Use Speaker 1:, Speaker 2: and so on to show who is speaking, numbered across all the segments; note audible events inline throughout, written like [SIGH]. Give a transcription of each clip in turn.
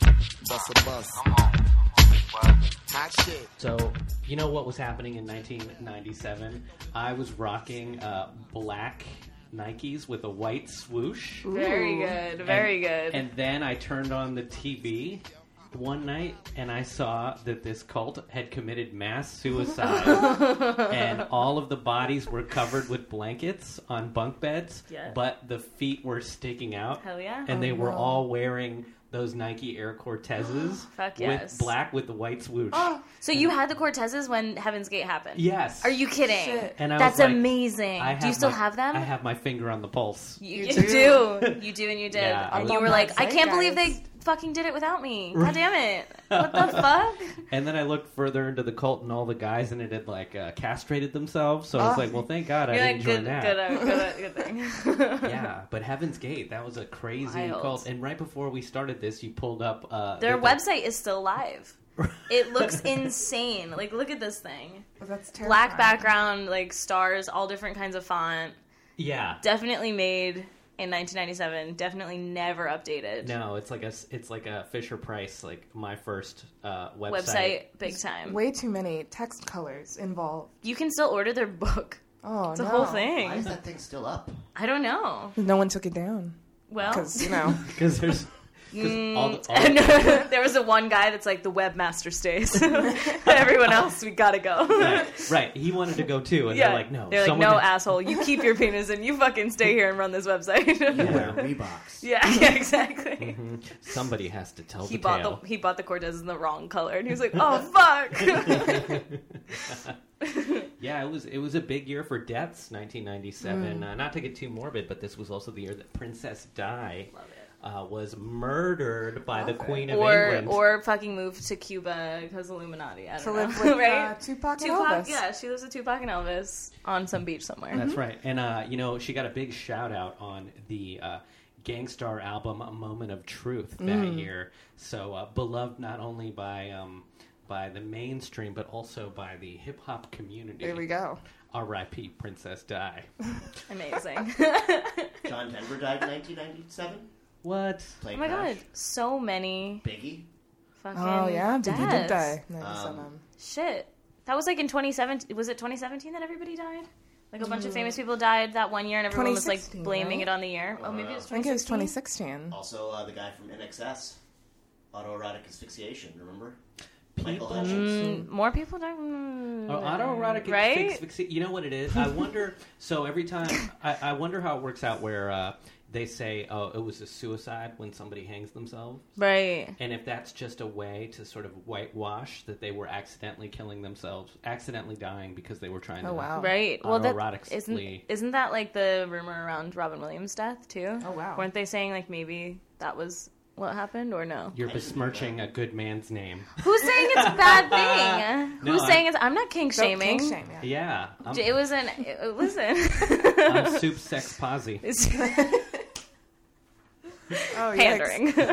Speaker 1: That's a bust.
Speaker 2: Come on. Come on. Word.
Speaker 1: Hot shit.
Speaker 3: So, you know what was happening in 1997? I was rocking uh, black Nikes with a white swoosh.
Speaker 4: Very good. Very
Speaker 3: And-
Speaker 4: good.
Speaker 3: And then I turned on the TV one night and I saw that this cult had committed mass
Speaker 4: [LAUGHS]
Speaker 3: suicide and all of the bodies were covered with blankets on bunk beds,
Speaker 4: Yes.
Speaker 3: but the feet were sticking out.
Speaker 4: Hell yeah.
Speaker 3: And they were all wearing those Nike Air Cortezes
Speaker 4: [GASPS] Fuck
Speaker 3: with
Speaker 4: yes.
Speaker 3: black with the white
Speaker 4: [GASPS]
Speaker 3: swoosh.
Speaker 4: so you had the Cortezes when Heaven's Gate happened.
Speaker 3: Yes.
Speaker 4: Are you kidding?
Speaker 5: Shit.
Speaker 3: And I
Speaker 4: That's
Speaker 3: was like,
Speaker 4: amazing.
Speaker 3: I
Speaker 4: Do you still
Speaker 3: my-
Speaker 4: have them?
Speaker 3: I have my finger on the pulse.
Speaker 4: You,
Speaker 5: You
Speaker 4: you do.
Speaker 5: do.
Speaker 4: You do, and you
Speaker 3: [LAUGHS]
Speaker 4: did.
Speaker 3: Yeah, I
Speaker 4: and
Speaker 3: was-
Speaker 4: you were like, I can't believe they
Speaker 5: Zeitgeist.
Speaker 4: fucking did it
Speaker 3: [LAUGHS]
Speaker 4: without me. God damn it. What the fuck?
Speaker 3: And then I looked further into the cult, and all the guys in it had like uh, castrated themselves. So I was
Speaker 5: Oh.
Speaker 3: like, "Well, thank God I didn't
Speaker 4: You're like,
Speaker 3: join
Speaker 4: good,
Speaker 3: that."
Speaker 4: good, uh, [LAUGHS] good, uh,
Speaker 3: [LAUGHS]
Speaker 4: good thing.
Speaker 3: yeah, but Heaven's Gate, that was a crazy
Speaker 4: Wild.
Speaker 3: cult. And right before we started this, you pulled up uh,
Speaker 4: [LAUGHS] Their
Speaker 3: that [LAUGHS]
Speaker 4: website is still live.
Speaker 3: the-
Speaker 4: It
Speaker 3: [LAUGHS]
Speaker 4: looks insane. Like, look at this thing.
Speaker 5: Oh, that's terrible.
Speaker 4: Black background, like stars, all different kinds of font.
Speaker 3: yeah.
Speaker 4: Definitely made in 1997. Definitely never updated.
Speaker 3: No, it's like a s- it's like a Fisher Price, like my first uh, website.
Speaker 4: Website, big time.
Speaker 5: Way too many text colors involved.
Speaker 4: You can still order their book.
Speaker 5: Oh,
Speaker 4: It's a
Speaker 5: no.
Speaker 4: whole
Speaker 1: Why is
Speaker 4: thing.
Speaker 1: that thing still up?
Speaker 4: I don't know.
Speaker 5: No one took it down
Speaker 4: Well,
Speaker 5: because you
Speaker 4: [LAUGHS]
Speaker 5: know.
Speaker 3: because there's 'cause
Speaker 4: Mm.
Speaker 3: all the, all
Speaker 4: And
Speaker 3: the-
Speaker 4: [LAUGHS] there was the one guy that's like the webmaster stays. [LAUGHS] Everyone else, we gotta go.
Speaker 3: right, right. He wanted to go too,
Speaker 4: [LAUGHS]
Speaker 3: and they're like, "No,
Speaker 4: They're like,
Speaker 3: someone
Speaker 4: no,
Speaker 3: has-
Speaker 4: asshole. You keep your penis and you fucking stay here and run this website. [LAUGHS] yeah.
Speaker 1: Wear Reeboks.
Speaker 4: [LAUGHS] yeah, exactly.
Speaker 3: somebody has to tell
Speaker 4: He
Speaker 3: Mm-hmm. the
Speaker 4: bought
Speaker 3: tale."
Speaker 4: the he bought the Cortez in the wrong color, and he was like, "Oh
Speaker 3: [LAUGHS]
Speaker 4: fuck." [LAUGHS]
Speaker 3: Yeah, it was it was a big year for deaths, 1997.
Speaker 5: Hmm.
Speaker 3: Uh, not to get too morbid, but this was also the year that Princess Di uh, was murdered by the Queen of
Speaker 4: or
Speaker 3: England.
Speaker 4: or fucking move to Cuba because Illuminati. I don't
Speaker 5: to
Speaker 4: know,
Speaker 5: live with
Speaker 4: [LAUGHS]
Speaker 5: uh,
Speaker 4: right?
Speaker 5: Tupac,
Speaker 4: Tupac,
Speaker 5: and Elvis.
Speaker 4: yeah, she lives with Tupac and Elvis on some beach somewhere.
Speaker 5: mm-hmm.
Speaker 3: That's right. And uh, you know, she got a big shout out on the uh, Gangstar album "A "Moment of Truth" that
Speaker 5: Hmm.
Speaker 3: year. So uh, beloved not only by um, by the mainstream but also by the hip hop community.
Speaker 5: There we go.
Speaker 3: R.I.P. Princess Di.
Speaker 5: [LAUGHS]
Speaker 4: Amazing. Oh
Speaker 1: John Denver died in 1997.
Speaker 3: What?
Speaker 1: Plane
Speaker 4: Oh my
Speaker 1: crash.
Speaker 4: god, so many
Speaker 1: Biggie.
Speaker 4: fucking
Speaker 5: Oh yeah, Biggie did
Speaker 4: deaths.
Speaker 5: die. Ninety-seven.
Speaker 4: Shit. That was like in 2017. Was it 2017 that everybody died? Like a bunch of famous people died that one year and everyone was like
Speaker 5: 2016,
Speaker 4: blaming
Speaker 5: Mm. right?
Speaker 4: it on the year. Oh, maybe it was
Speaker 5: I think it was
Speaker 4: 2016.
Speaker 5: 2016.
Speaker 1: Also, uh, the guy from NXS. Autoerotic asphyxiation. Remember? Michael
Speaker 3: People.
Speaker 1: Hutchins.
Speaker 4: Mm, more people died. Mm,
Speaker 3: Oh, autoerotic
Speaker 4: Right?
Speaker 3: asphyxi- You know what it is? I wonder. [LAUGHS] so every time, I, I wonder how it works out where uh, they say, "Oh, it was a suicide when somebody hangs themselves,"
Speaker 4: Right.
Speaker 3: and if that's just a way to sort of whitewash that they were accidentally killing themselves, accidentally dying because they were trying
Speaker 5: Oh
Speaker 3: to.
Speaker 5: wow.
Speaker 4: Right. Well, that
Speaker 3: Autoerotic
Speaker 4: isn't
Speaker 3: sleep.
Speaker 4: isn't that like the rumor around Robin Williams' death too?
Speaker 5: Oh, wow.
Speaker 4: Weren't they saying like maybe that was what happened or no?
Speaker 3: You're besmirching a good man's
Speaker 5: [LAUGHS]
Speaker 3: name.
Speaker 4: Who's saying it's
Speaker 3: [LAUGHS]
Speaker 4: a bad thing?
Speaker 3: No,
Speaker 4: Who's
Speaker 3: I'm-
Speaker 4: saying it's? I'm not king
Speaker 5: Don't
Speaker 4: shaming.
Speaker 5: kink shame, yeah.
Speaker 3: Yeah, I'm,
Speaker 4: It was an it- listen.
Speaker 3: I'm soup sex posse.
Speaker 4: [LAUGHS] It's
Speaker 5: [LAUGHS] Oh, yikes.
Speaker 4: pandering.
Speaker 1: But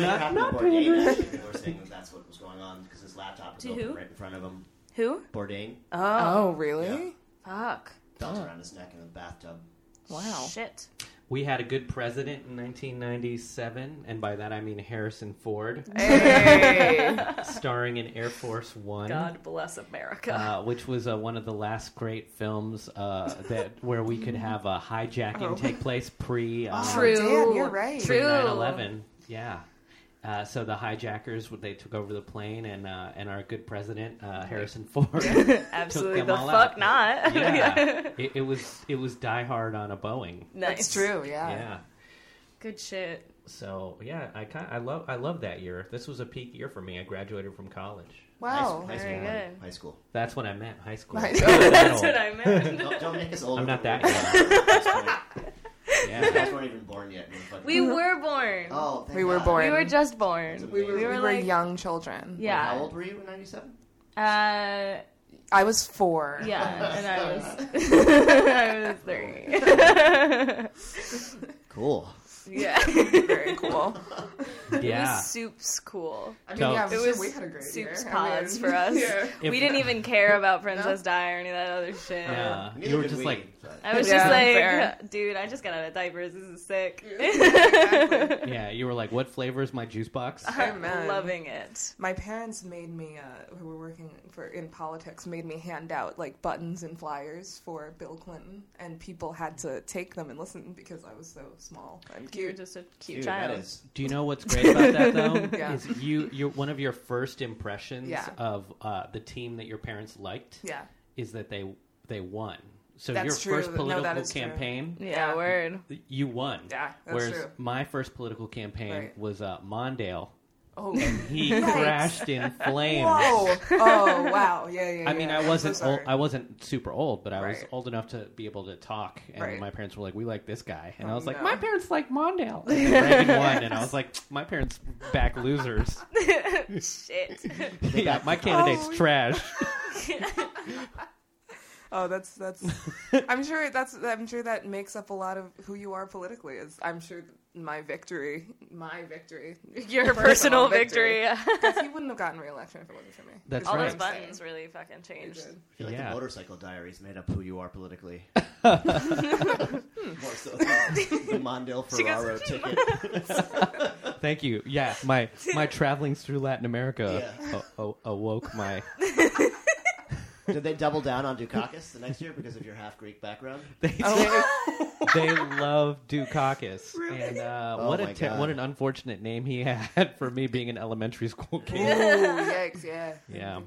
Speaker 1: it happened to Bourdain. [LAUGHS] Actually, people were saying that that's what was going on because his laptop was
Speaker 4: To
Speaker 1: open
Speaker 4: who?
Speaker 1: right in front of him.
Speaker 4: [LAUGHS] Who?
Speaker 1: Bourdain
Speaker 4: Oh,
Speaker 5: Oh really?
Speaker 4: fuck!
Speaker 1: belt around his neck in the bathtub.
Speaker 5: Wow.
Speaker 4: [LAUGHS] Shit.
Speaker 3: We had a good president in 1997, and by that I mean Harrison
Speaker 5: [LAUGHS]
Speaker 3: Ford, starring in Air Force One.
Speaker 4: God bless America. [LAUGHS]
Speaker 3: uh, which was uh, one of the last great films uh, that where we could have a hijacking take place pre um,
Speaker 5: True. Oh, damn, you're right.
Speaker 4: True.
Speaker 3: 9/11. Yeah. Uh, so the hijackers they took over the plane and uh, and our good president uh, Harrison Ford
Speaker 4: Absolutely
Speaker 3: took them
Speaker 4: the
Speaker 3: all
Speaker 4: fuck
Speaker 3: out.
Speaker 4: not. [LAUGHS]
Speaker 3: yeah it, it was it was Die Hard on a Boeing
Speaker 4: Nice.
Speaker 5: It's true. Yeah.
Speaker 3: yeah
Speaker 4: Good shit.
Speaker 3: so yeah I kind I love I love that year this was a peak year for me I graduated from college
Speaker 5: Wow.
Speaker 1: high, high
Speaker 4: Oh, very
Speaker 1: school.
Speaker 4: good.
Speaker 1: High school.
Speaker 3: that's when I met high school
Speaker 5: High-
Speaker 4: That's what
Speaker 3: [LAUGHS]
Speaker 4: I meant.
Speaker 1: Don't, don't make us old.
Speaker 3: I'm not
Speaker 1: [LAUGHS]
Speaker 3: that
Speaker 1: You
Speaker 3: yeah
Speaker 1: [LAUGHS] guys weren't even born yet. motherfucker.
Speaker 4: We were born.
Speaker 1: Oh, thank
Speaker 5: We were
Speaker 1: God.
Speaker 5: born.
Speaker 4: We were just born.
Speaker 1: We were-
Speaker 5: We
Speaker 1: We
Speaker 5: were,
Speaker 4: like,
Speaker 5: young children.
Speaker 1: How
Speaker 4: yeah.
Speaker 1: old were you in '97?
Speaker 4: Uh,
Speaker 5: I was four.
Speaker 4: yeah, and I was, [LAUGHS] I was three.
Speaker 1: Cool.
Speaker 4: [LAUGHS] Yeah.
Speaker 5: Very cool.
Speaker 4: It
Speaker 3: [LAUGHS] Yeah.
Speaker 4: was soups cool.
Speaker 5: I mean,
Speaker 3: So-
Speaker 5: yeah, I'm
Speaker 4: It
Speaker 5: sure
Speaker 4: was
Speaker 5: we had a great year.
Speaker 4: soups
Speaker 5: I
Speaker 4: pods
Speaker 5: mean, [LAUGHS]
Speaker 4: for us. [LAUGHS]
Speaker 5: Yeah.
Speaker 3: If-
Speaker 4: we didn't even care about Princess Di or any of that other shit.
Speaker 3: Yeah.
Speaker 1: Neither
Speaker 3: You were
Speaker 1: did
Speaker 3: just
Speaker 1: we,
Speaker 3: like,
Speaker 1: but-
Speaker 6: I was
Speaker 4: Yeah.
Speaker 6: just like,
Speaker 4: Fair.
Speaker 6: dude, I just got out of diapers. This is sick.
Speaker 5: exactly.
Speaker 3: yeah, you were like, what flavor is my juice box?
Speaker 5: Amen.
Speaker 4: Loving it.
Speaker 5: My parents made me, uh, who were working for in politics, made me hand out like buttons and flyers for Bill Clinton, and people had to take them and listen because I was so small and
Speaker 6: You're
Speaker 5: cute.
Speaker 6: just a cute
Speaker 1: dude,
Speaker 6: child.
Speaker 1: that is
Speaker 3: [LAUGHS] Do you know what's great about that though?
Speaker 5: [LAUGHS] Yeah.
Speaker 3: Is you you're one of your first impressions
Speaker 5: Yeah.
Speaker 3: of uh, the team that your parents liked
Speaker 5: Yeah,
Speaker 3: is that they they won. So
Speaker 5: That's
Speaker 3: your
Speaker 5: true.
Speaker 3: first
Speaker 5: No, that
Speaker 3: political
Speaker 5: is true.
Speaker 3: campaign,
Speaker 4: Yeah,
Speaker 5: Yeah.
Speaker 4: word.
Speaker 3: you won.
Speaker 5: yeah, that's
Speaker 3: Whereas
Speaker 5: true.
Speaker 3: my first political campaign
Speaker 5: Right.
Speaker 3: was uh, Mondale.
Speaker 5: [LAUGHS] Oh,
Speaker 3: He
Speaker 5: Yikes.
Speaker 3: crashed
Speaker 5: [LAUGHS]
Speaker 3: in flames.
Speaker 5: whoa, oh wow,
Speaker 3: [LAUGHS]
Speaker 5: yeah, yeah.
Speaker 3: I mean,
Speaker 5: yeah.
Speaker 3: I
Speaker 5: I'm so
Speaker 3: wasn't old,
Speaker 5: sorry.
Speaker 3: I wasn't super old, but I was
Speaker 5: Right.
Speaker 3: old enough to be able to talk. And
Speaker 5: Right.
Speaker 3: my parents were like, "We like this guy," and I
Speaker 5: Oh,
Speaker 3: was like,
Speaker 5: no.
Speaker 3: "My parents like Mondale." And then
Speaker 1: [LAUGHS]
Speaker 3: Reagan won, and I was like, "My parents back losers."
Speaker 4: Shit.
Speaker 3: yeah, my candidate's
Speaker 5: Oh, yeah.
Speaker 3: trash.
Speaker 5: Oh, that's
Speaker 3: [LAUGHS]
Speaker 5: that's. I'm sure that's. I'm sure that makes up a lot of who you are politically. Is I'm sure my victory, my victory, [LAUGHS]
Speaker 4: Your personal victory. [LAUGHS]
Speaker 5: Because he wouldn't have gotten reelection if it wasn't for me.
Speaker 3: That's
Speaker 5: Is
Speaker 4: All
Speaker 5: what
Speaker 4: those
Speaker 5: I'm
Speaker 4: buttons
Speaker 5: saying.
Speaker 4: really fucking changed.
Speaker 1: I feel like
Speaker 3: Yeah.
Speaker 1: the motorcycle diaries made up who you are
Speaker 3: [LAUGHS]
Speaker 1: politically. More so than the Mondale Ferraro ticket.
Speaker 3: Thank you. Yeah, my my travelings through Latin America
Speaker 1: Yeah.
Speaker 3: a- a- awoke my.
Speaker 1: Did they double down on Dukakis the next year because of your half Greek background?
Speaker 3: They they, they love Dukakis, and uh,
Speaker 1: Oh
Speaker 3: what a
Speaker 1: my
Speaker 3: ter-
Speaker 1: God.
Speaker 3: what an unfortunate name he [LAUGHS] had for me being an elementary school kid.
Speaker 4: [LAUGHS]
Speaker 5: Ooh, yikes! Yeah.
Speaker 3: Yeah.
Speaker 4: Mm.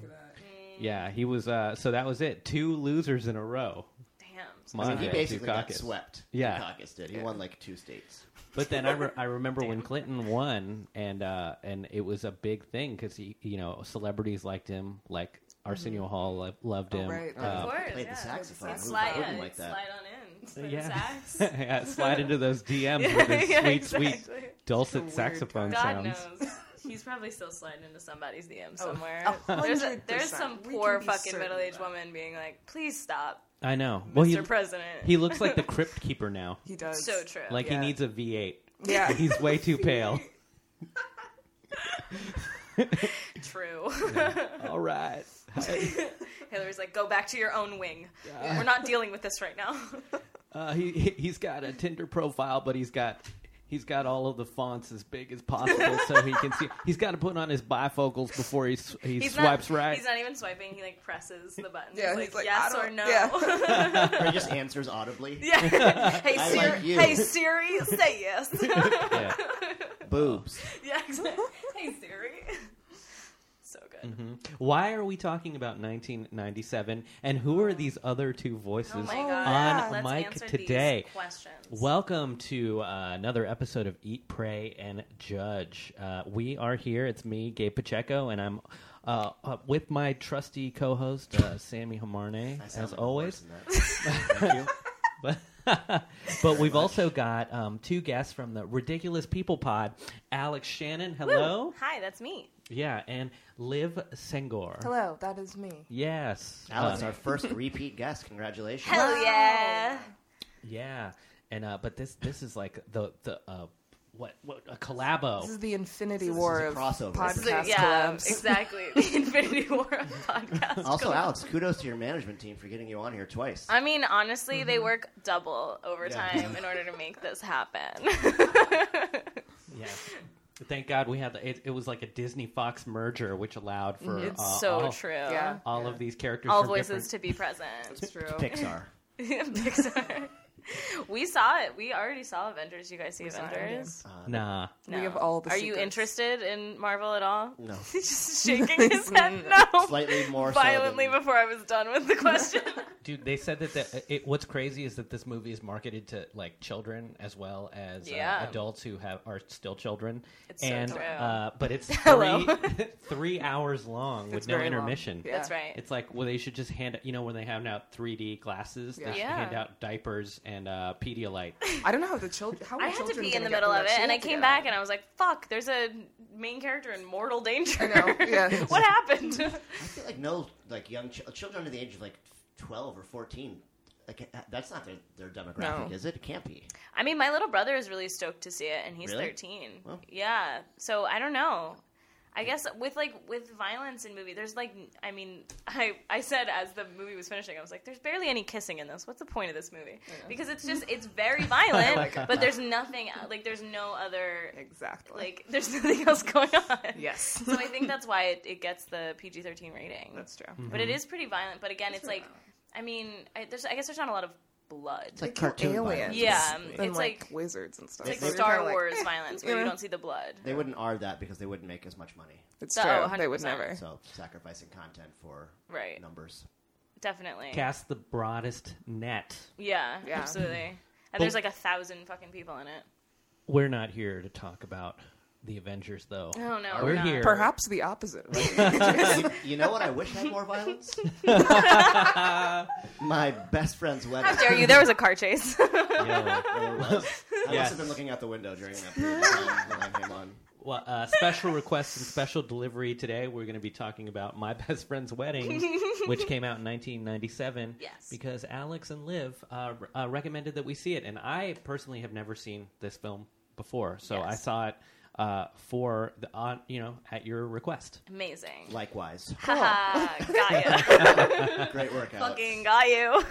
Speaker 3: Yeah, he was. Uh, so that was it. Two losers in a row.
Speaker 4: Damn.
Speaker 1: I mean, he
Speaker 3: Mondale,
Speaker 1: basically got
Speaker 3: Dukakis.
Speaker 1: swept.
Speaker 3: Yeah.
Speaker 1: Dukakis did. He won like two states.
Speaker 3: But then I, re- I remember when Clinton won, and uh, and it was a big thing because he, you know, celebrities liked him, like Arsenio Hall lo- loved
Speaker 5: Oh,
Speaker 3: him.
Speaker 5: right.
Speaker 3: Uh,
Speaker 1: Uh,
Speaker 4: Of course,
Speaker 1: played
Speaker 4: yeah.
Speaker 1: the saxophone.
Speaker 5: It's
Speaker 1: Who
Speaker 4: Slide,
Speaker 1: wouldn't
Speaker 4: yeah,
Speaker 1: like that?
Speaker 4: slide on in. Slide
Speaker 3: yeah. [LAUGHS]
Speaker 4: sax.
Speaker 3: yeah, slide into
Speaker 5: [LAUGHS]
Speaker 3: those DMs with his
Speaker 4: [LAUGHS] Yeah,
Speaker 3: sweet,
Speaker 4: exactly.
Speaker 3: sweet dulcet
Speaker 5: weird
Speaker 3: saxophone
Speaker 4: God
Speaker 3: sounds.
Speaker 4: knows. He's probably still sliding into somebody's DM somewhere.
Speaker 5: Oh, a
Speaker 4: There's, a,
Speaker 5: hundred
Speaker 4: there's
Speaker 5: percent.
Speaker 4: some
Speaker 5: We can
Speaker 4: poor
Speaker 5: be
Speaker 4: fucking
Speaker 5: certain
Speaker 4: middle aged
Speaker 5: of that.
Speaker 4: woman being like, please stop,
Speaker 3: I know. Well,
Speaker 4: Mr.
Speaker 3: he
Speaker 4: President.
Speaker 3: he looks
Speaker 4: [LAUGHS]
Speaker 5: [LAUGHS]
Speaker 3: like the crypt keeper now.
Speaker 5: He does.
Speaker 4: so true.
Speaker 3: Like
Speaker 5: Yeah.
Speaker 3: he needs a V8.
Speaker 5: [LAUGHS]
Speaker 3: [LAUGHS]
Speaker 5: Yeah.
Speaker 3: He's way too pale.
Speaker 4: [LAUGHS]
Speaker 3: [LAUGHS]
Speaker 4: True.
Speaker 3: All
Speaker 5: [LAUGHS]
Speaker 3: right.
Speaker 4: [LAUGHS] Hillary's like, go back to your own wing. We're not dealing with this right now.
Speaker 3: Uh, he he- he's got a Tinder profile, but he's got he's got all of the fonts as big as possible so he can see. He's got to put on his bifocals before he s- he swipes
Speaker 4: not,
Speaker 3: right.
Speaker 4: He's not even swiping. He like presses the button.
Speaker 5: Yeah,
Speaker 4: he's like,
Speaker 5: he's like,
Speaker 4: yes
Speaker 5: I
Speaker 4: or
Speaker 5: don't-
Speaker 3: [LAUGHS]
Speaker 4: no. [LAUGHS]
Speaker 1: Or he just answers audibly.
Speaker 4: Yeah. hey
Speaker 1: I
Speaker 4: Siri.
Speaker 1: like you.
Speaker 4: hey Siri, say yes.
Speaker 3: [LAUGHS] Yeah.
Speaker 1: Boobs.
Speaker 4: [LAUGHS] yeah, exactly. Hey Siri. So good.
Speaker 3: Mm. Mm-hmm. Why are we talking about 1997? And who are these other two voices?
Speaker 4: Oh my
Speaker 5: Oh,
Speaker 4: god.
Speaker 5: yeah.
Speaker 4: Let's
Speaker 3: mic
Speaker 4: answer
Speaker 3: today.
Speaker 4: These questions.
Speaker 3: Welcome to uh, another episode of Eat, Pray, and Judge. Uh, we are here. It's me, Gabe Pacheco, and I'm uh, uh, with my trusty co-host uh, Sammy Hamarne,
Speaker 1: I sound
Speaker 3: as
Speaker 1: like a
Speaker 3: always. [LAUGHS]
Speaker 1: horse in that. Thank you.
Speaker 3: but [LAUGHS] but we've also got um, two guests from the Ridiculous People Pod, Alex Shannon, hello,
Speaker 4: Hi, that's me.
Speaker 3: yeah, and Liv Sengor.
Speaker 5: Hello, that is me.
Speaker 3: Yes,
Speaker 1: Alex,
Speaker 3: Uh,
Speaker 1: our first repeat guest. Congratulations.
Speaker 4: Hell yeah.
Speaker 3: yeah, and uh, but this this is like the the uh, what what a collabo.
Speaker 5: This is the Infinity
Speaker 1: is
Speaker 5: War
Speaker 1: a
Speaker 5: of
Speaker 1: crossover.
Speaker 5: podcast
Speaker 1: This is
Speaker 4: So, yeah,
Speaker 5: collabs.
Speaker 4: exactly. The Infinity [LAUGHS] War of podcast.
Speaker 1: Also,
Speaker 4: collab.
Speaker 1: Alex, kudos to your management team for getting you on here twice.
Speaker 4: I mean, honestly, they
Speaker 3: Mm-hmm.
Speaker 4: work double overtime
Speaker 1: Yeah.
Speaker 4: in order to make this
Speaker 3: [LAUGHS]
Speaker 4: happen.
Speaker 3: Yeah. Thank God we had the, it. It was like a Disney Fox merger, which allowed for
Speaker 4: Mm-hmm. it's
Speaker 3: uh,
Speaker 4: so
Speaker 3: all,
Speaker 4: true.
Speaker 5: Yeah.
Speaker 3: all of these characters,
Speaker 4: All
Speaker 3: from
Speaker 4: voices
Speaker 3: different-
Speaker 4: to be present.
Speaker 5: It's true.
Speaker 1: Pixar.
Speaker 4: [LAUGHS] Pixar. [LAUGHS] we saw it. We already saw Avengers. You guys see
Speaker 5: saw
Speaker 4: Avengers?
Speaker 5: Avengers.
Speaker 1: Uh,
Speaker 3: Nah,
Speaker 5: We have all the
Speaker 4: Are you
Speaker 5: secrets.
Speaker 4: interested in Marvel at all?
Speaker 1: No.
Speaker 4: He's [LAUGHS]
Speaker 5: [LAUGHS]
Speaker 4: just shaking his head no.
Speaker 1: Slightly more so
Speaker 4: Violently
Speaker 1: than-
Speaker 4: before I was done with
Speaker 1: [LAUGHS]
Speaker 4: the question. [LAUGHS]
Speaker 3: dude. They said that the, it, what's crazy is that this movie is marketed to like children as well as
Speaker 4: Yeah.
Speaker 3: uh, adults who have are still children.
Speaker 4: It's so
Speaker 3: and
Speaker 4: true.
Speaker 3: uh, but it's
Speaker 4: [LAUGHS] Hello.
Speaker 3: three [LAUGHS] three hours long with
Speaker 5: It's
Speaker 3: no
Speaker 5: very long.
Speaker 3: intermission.
Speaker 5: Yeah.
Speaker 4: That's right.
Speaker 3: It's like well, they should just hand you know when they hand out 3D glasses, they
Speaker 5: Yeah.
Speaker 3: should
Speaker 4: Yeah.
Speaker 3: hand out diapers and uh,
Speaker 4: [LAUGHS]
Speaker 3: Pedialyte.
Speaker 5: I don't know how the children. How are
Speaker 4: I had to
Speaker 5: children
Speaker 4: pee in
Speaker 5: gonna
Speaker 4: the
Speaker 5: get
Speaker 4: middle
Speaker 5: through
Speaker 4: of
Speaker 5: that
Speaker 4: it,
Speaker 5: shit
Speaker 4: and I came
Speaker 5: together?
Speaker 4: back and I was like, "Fuck!" There's a main character in mortal danger.
Speaker 5: I know, yeah.
Speaker 4: [LAUGHS] what
Speaker 5: [LAUGHS]
Speaker 4: happened?
Speaker 1: I feel like no, like young ch- children under the age of like twelve or fourteen I can't- that's not their, their demographic,
Speaker 5: No.
Speaker 1: is it? It can't be.
Speaker 4: I mean, my little brother is really stoked to see it, and he's
Speaker 1: Really?
Speaker 4: 13.
Speaker 1: Well.
Speaker 4: Yeah. So I don't know. I guess with like with violence in movie, there's like I mean, [LAUGHS] I I said as the movie was finishing, I was like, there's barely any kissing in this. What's the point of this movie? Because it's just it's very violent, but there's nothing like there's no other
Speaker 5: Exactly.
Speaker 4: like [LAUGHS] there's nothing else going on.
Speaker 5: [LAUGHS]
Speaker 4: [LAUGHS]
Speaker 5: yes.
Speaker 4: So I think that's why it, it gets the PG-13 rating.
Speaker 5: That's true.
Speaker 4: But it is pretty violent. But again, it's,
Speaker 5: pretty
Speaker 4: like I mean, I, there's I guess there's not a lot of blood.
Speaker 1: It's like
Speaker 5: kill
Speaker 1: cartoon
Speaker 5: aliens.
Speaker 1: violence.
Speaker 4: Yeah,
Speaker 5: And
Speaker 4: it's
Speaker 5: like,
Speaker 4: like-
Speaker 5: wizards and stuff.
Speaker 4: It's
Speaker 1: They-
Speaker 4: like
Speaker 1: they-
Speaker 4: Star
Speaker 5: They're like,
Speaker 4: Wars
Speaker 5: eh,
Speaker 4: violence where
Speaker 5: yeah.
Speaker 4: [LAUGHS] you don't see the blood.
Speaker 1: They wouldn't R that because they wouldn't make as much money.
Speaker 5: It's
Speaker 4: Oh,
Speaker 5: true. They would
Speaker 4: 100%.
Speaker 5: never.
Speaker 1: So sacrificing content for
Speaker 4: Right. [LAUGHS]
Speaker 1: numbers.
Speaker 4: Definitely.
Speaker 3: Cast the broadest net.
Speaker 4: Yeah,
Speaker 5: Yeah.
Speaker 4: absolutely. And there's like a thousand fucking people in it.
Speaker 3: We're not here to talk about the Avengers, though.
Speaker 4: Oh no,
Speaker 3: We're
Speaker 4: not.
Speaker 3: here.
Speaker 5: Perhaps the opposite.
Speaker 1: [LAUGHS] you, you know what? I wish had more
Speaker 4: [LAUGHS]
Speaker 1: violence. My best friend's wedding.
Speaker 4: How dare you? There was a car chase.
Speaker 3: [LAUGHS] Yo.
Speaker 1: There was. I must
Speaker 3: Yes.
Speaker 1: have been looking out the window during that period of time when I came on.
Speaker 3: Well, uh, special requests and special delivery today. We're going to be talking about My Best Friend's Wedding, which came out in 1997.
Speaker 4: Yes.
Speaker 3: Because Alex and Liv uh, re- uh, recommended that we see it. And I personally have never seen this film before. So I
Speaker 4: Yes.
Speaker 3: saw it uh, for the, on, you know, at your request.
Speaker 4: [LAUGHS] Amazing.
Speaker 1: Likewise.
Speaker 4: Haha,
Speaker 1: [LAUGHS]
Speaker 4: got you.
Speaker 1: Great work, Alex.
Speaker 4: fucking got you.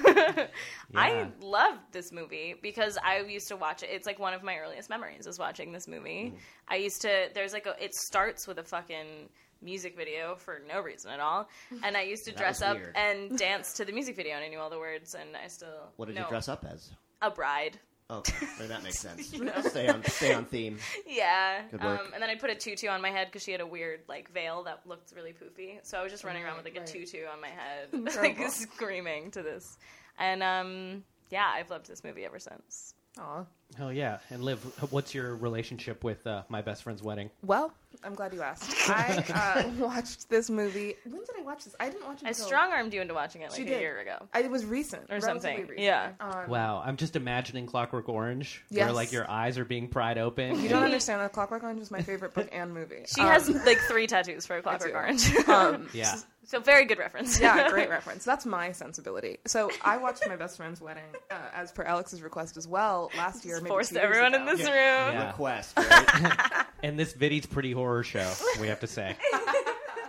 Speaker 4: [LAUGHS] I
Speaker 3: Yeah.
Speaker 4: loved this movie because I used to watch it. It's like one of my earliest memories is watching this
Speaker 1: Mm-hmm.
Speaker 4: movie. I used to there's like a it starts with a fucking music video for no reason at all, and I used to dress
Speaker 1: was
Speaker 4: up
Speaker 1: weird.
Speaker 4: and dance to the music video and I knew all the words and I still
Speaker 1: What did
Speaker 4: know
Speaker 1: you dress up as?
Speaker 4: a bride.
Speaker 1: Oh, well, that makes
Speaker 4: [LAUGHS]
Speaker 1: sense. Stay on, stay on theme.
Speaker 4: Yeah.
Speaker 1: Good
Speaker 4: Um,
Speaker 1: work.
Speaker 4: and then I put a tutu on my head because she had a weird like veil that looked really poofy. So I was just running around with like a
Speaker 5: Right, right.
Speaker 4: tutu on my head, [LAUGHS]
Speaker 5: Adorable.
Speaker 4: like screaming to this. And um, yeah, I've loved this movie ever since.
Speaker 5: Aw.
Speaker 3: Hell Oh, yeah. And Liv, what's your relationship with uh, My Best Friend's Wedding?
Speaker 5: Well, I'm glad you asked. I uh, watched this movie. When did I watch this? I didn't watch it.
Speaker 4: I
Speaker 5: until-
Speaker 4: strong armed you into watching it like
Speaker 5: She
Speaker 4: a
Speaker 5: did.
Speaker 4: year ago.
Speaker 5: I- It was recent
Speaker 4: Or
Speaker 5: relatively
Speaker 4: something.
Speaker 5: recent.
Speaker 4: Yeah.
Speaker 5: Um,
Speaker 3: Wow. I'm just imagining Clockwork Orange, where
Speaker 5: Yes.
Speaker 3: like your eyes are being pried open.
Speaker 5: [LAUGHS] You don't understand. A Clockwork Orange was my favorite book and movie.
Speaker 4: She
Speaker 5: Um,
Speaker 4: has [LAUGHS] like three tattoos for a Clockwork
Speaker 5: do.
Speaker 4: Orange.
Speaker 5: Um,
Speaker 4: [LAUGHS]
Speaker 3: yeah.
Speaker 4: so very good reference. [LAUGHS]
Speaker 5: yeah, great reference. That's my sensibility. So I watched my best friend's wedding, uh, as per Alex's request as well, last year.
Speaker 4: Just
Speaker 5: Maybe
Speaker 4: forced
Speaker 5: two years
Speaker 4: everyone in
Speaker 5: ago.
Speaker 4: this room.
Speaker 3: Yeah.
Speaker 1: Request, right?
Speaker 3: And this Viddy's pretty horror show, we have to say.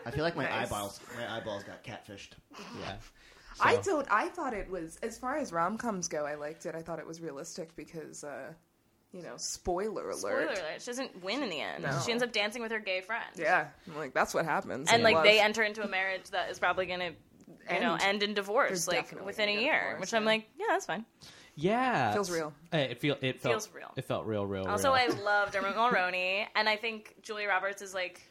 Speaker 1: I feel like my
Speaker 5: Nice.
Speaker 1: eyeballs, my eyeballs got catfished.
Speaker 3: Yeah.
Speaker 5: I
Speaker 3: So-
Speaker 5: don't. I thought it was as far as rom coms go. I liked it. I thought it was realistic because, uh, you know, spoiler alert.
Speaker 4: Spoiler alert! She doesn't win in the end.
Speaker 5: No.
Speaker 4: She ends up dancing with her gay friend.
Speaker 5: Yeah, I'm like that's what happens.
Speaker 4: and
Speaker 5: It
Speaker 4: like
Speaker 5: was.
Speaker 4: they enter into a marriage that is probably going to you know
Speaker 5: End.
Speaker 4: end in divorce
Speaker 5: They're
Speaker 4: like
Speaker 5: definitely
Speaker 4: within a
Speaker 5: gonna
Speaker 4: year
Speaker 5: get divorced,
Speaker 4: which i'm
Speaker 5: yeah.
Speaker 4: like yeah that's fine
Speaker 3: Yeah,
Speaker 5: Feels real.
Speaker 3: Uh, It feel it felt,
Speaker 4: Feels real.
Speaker 3: It felt real, real.
Speaker 4: also i
Speaker 3: real. [LAUGHS]
Speaker 4: love dermot mulroney and i think julia roberts is like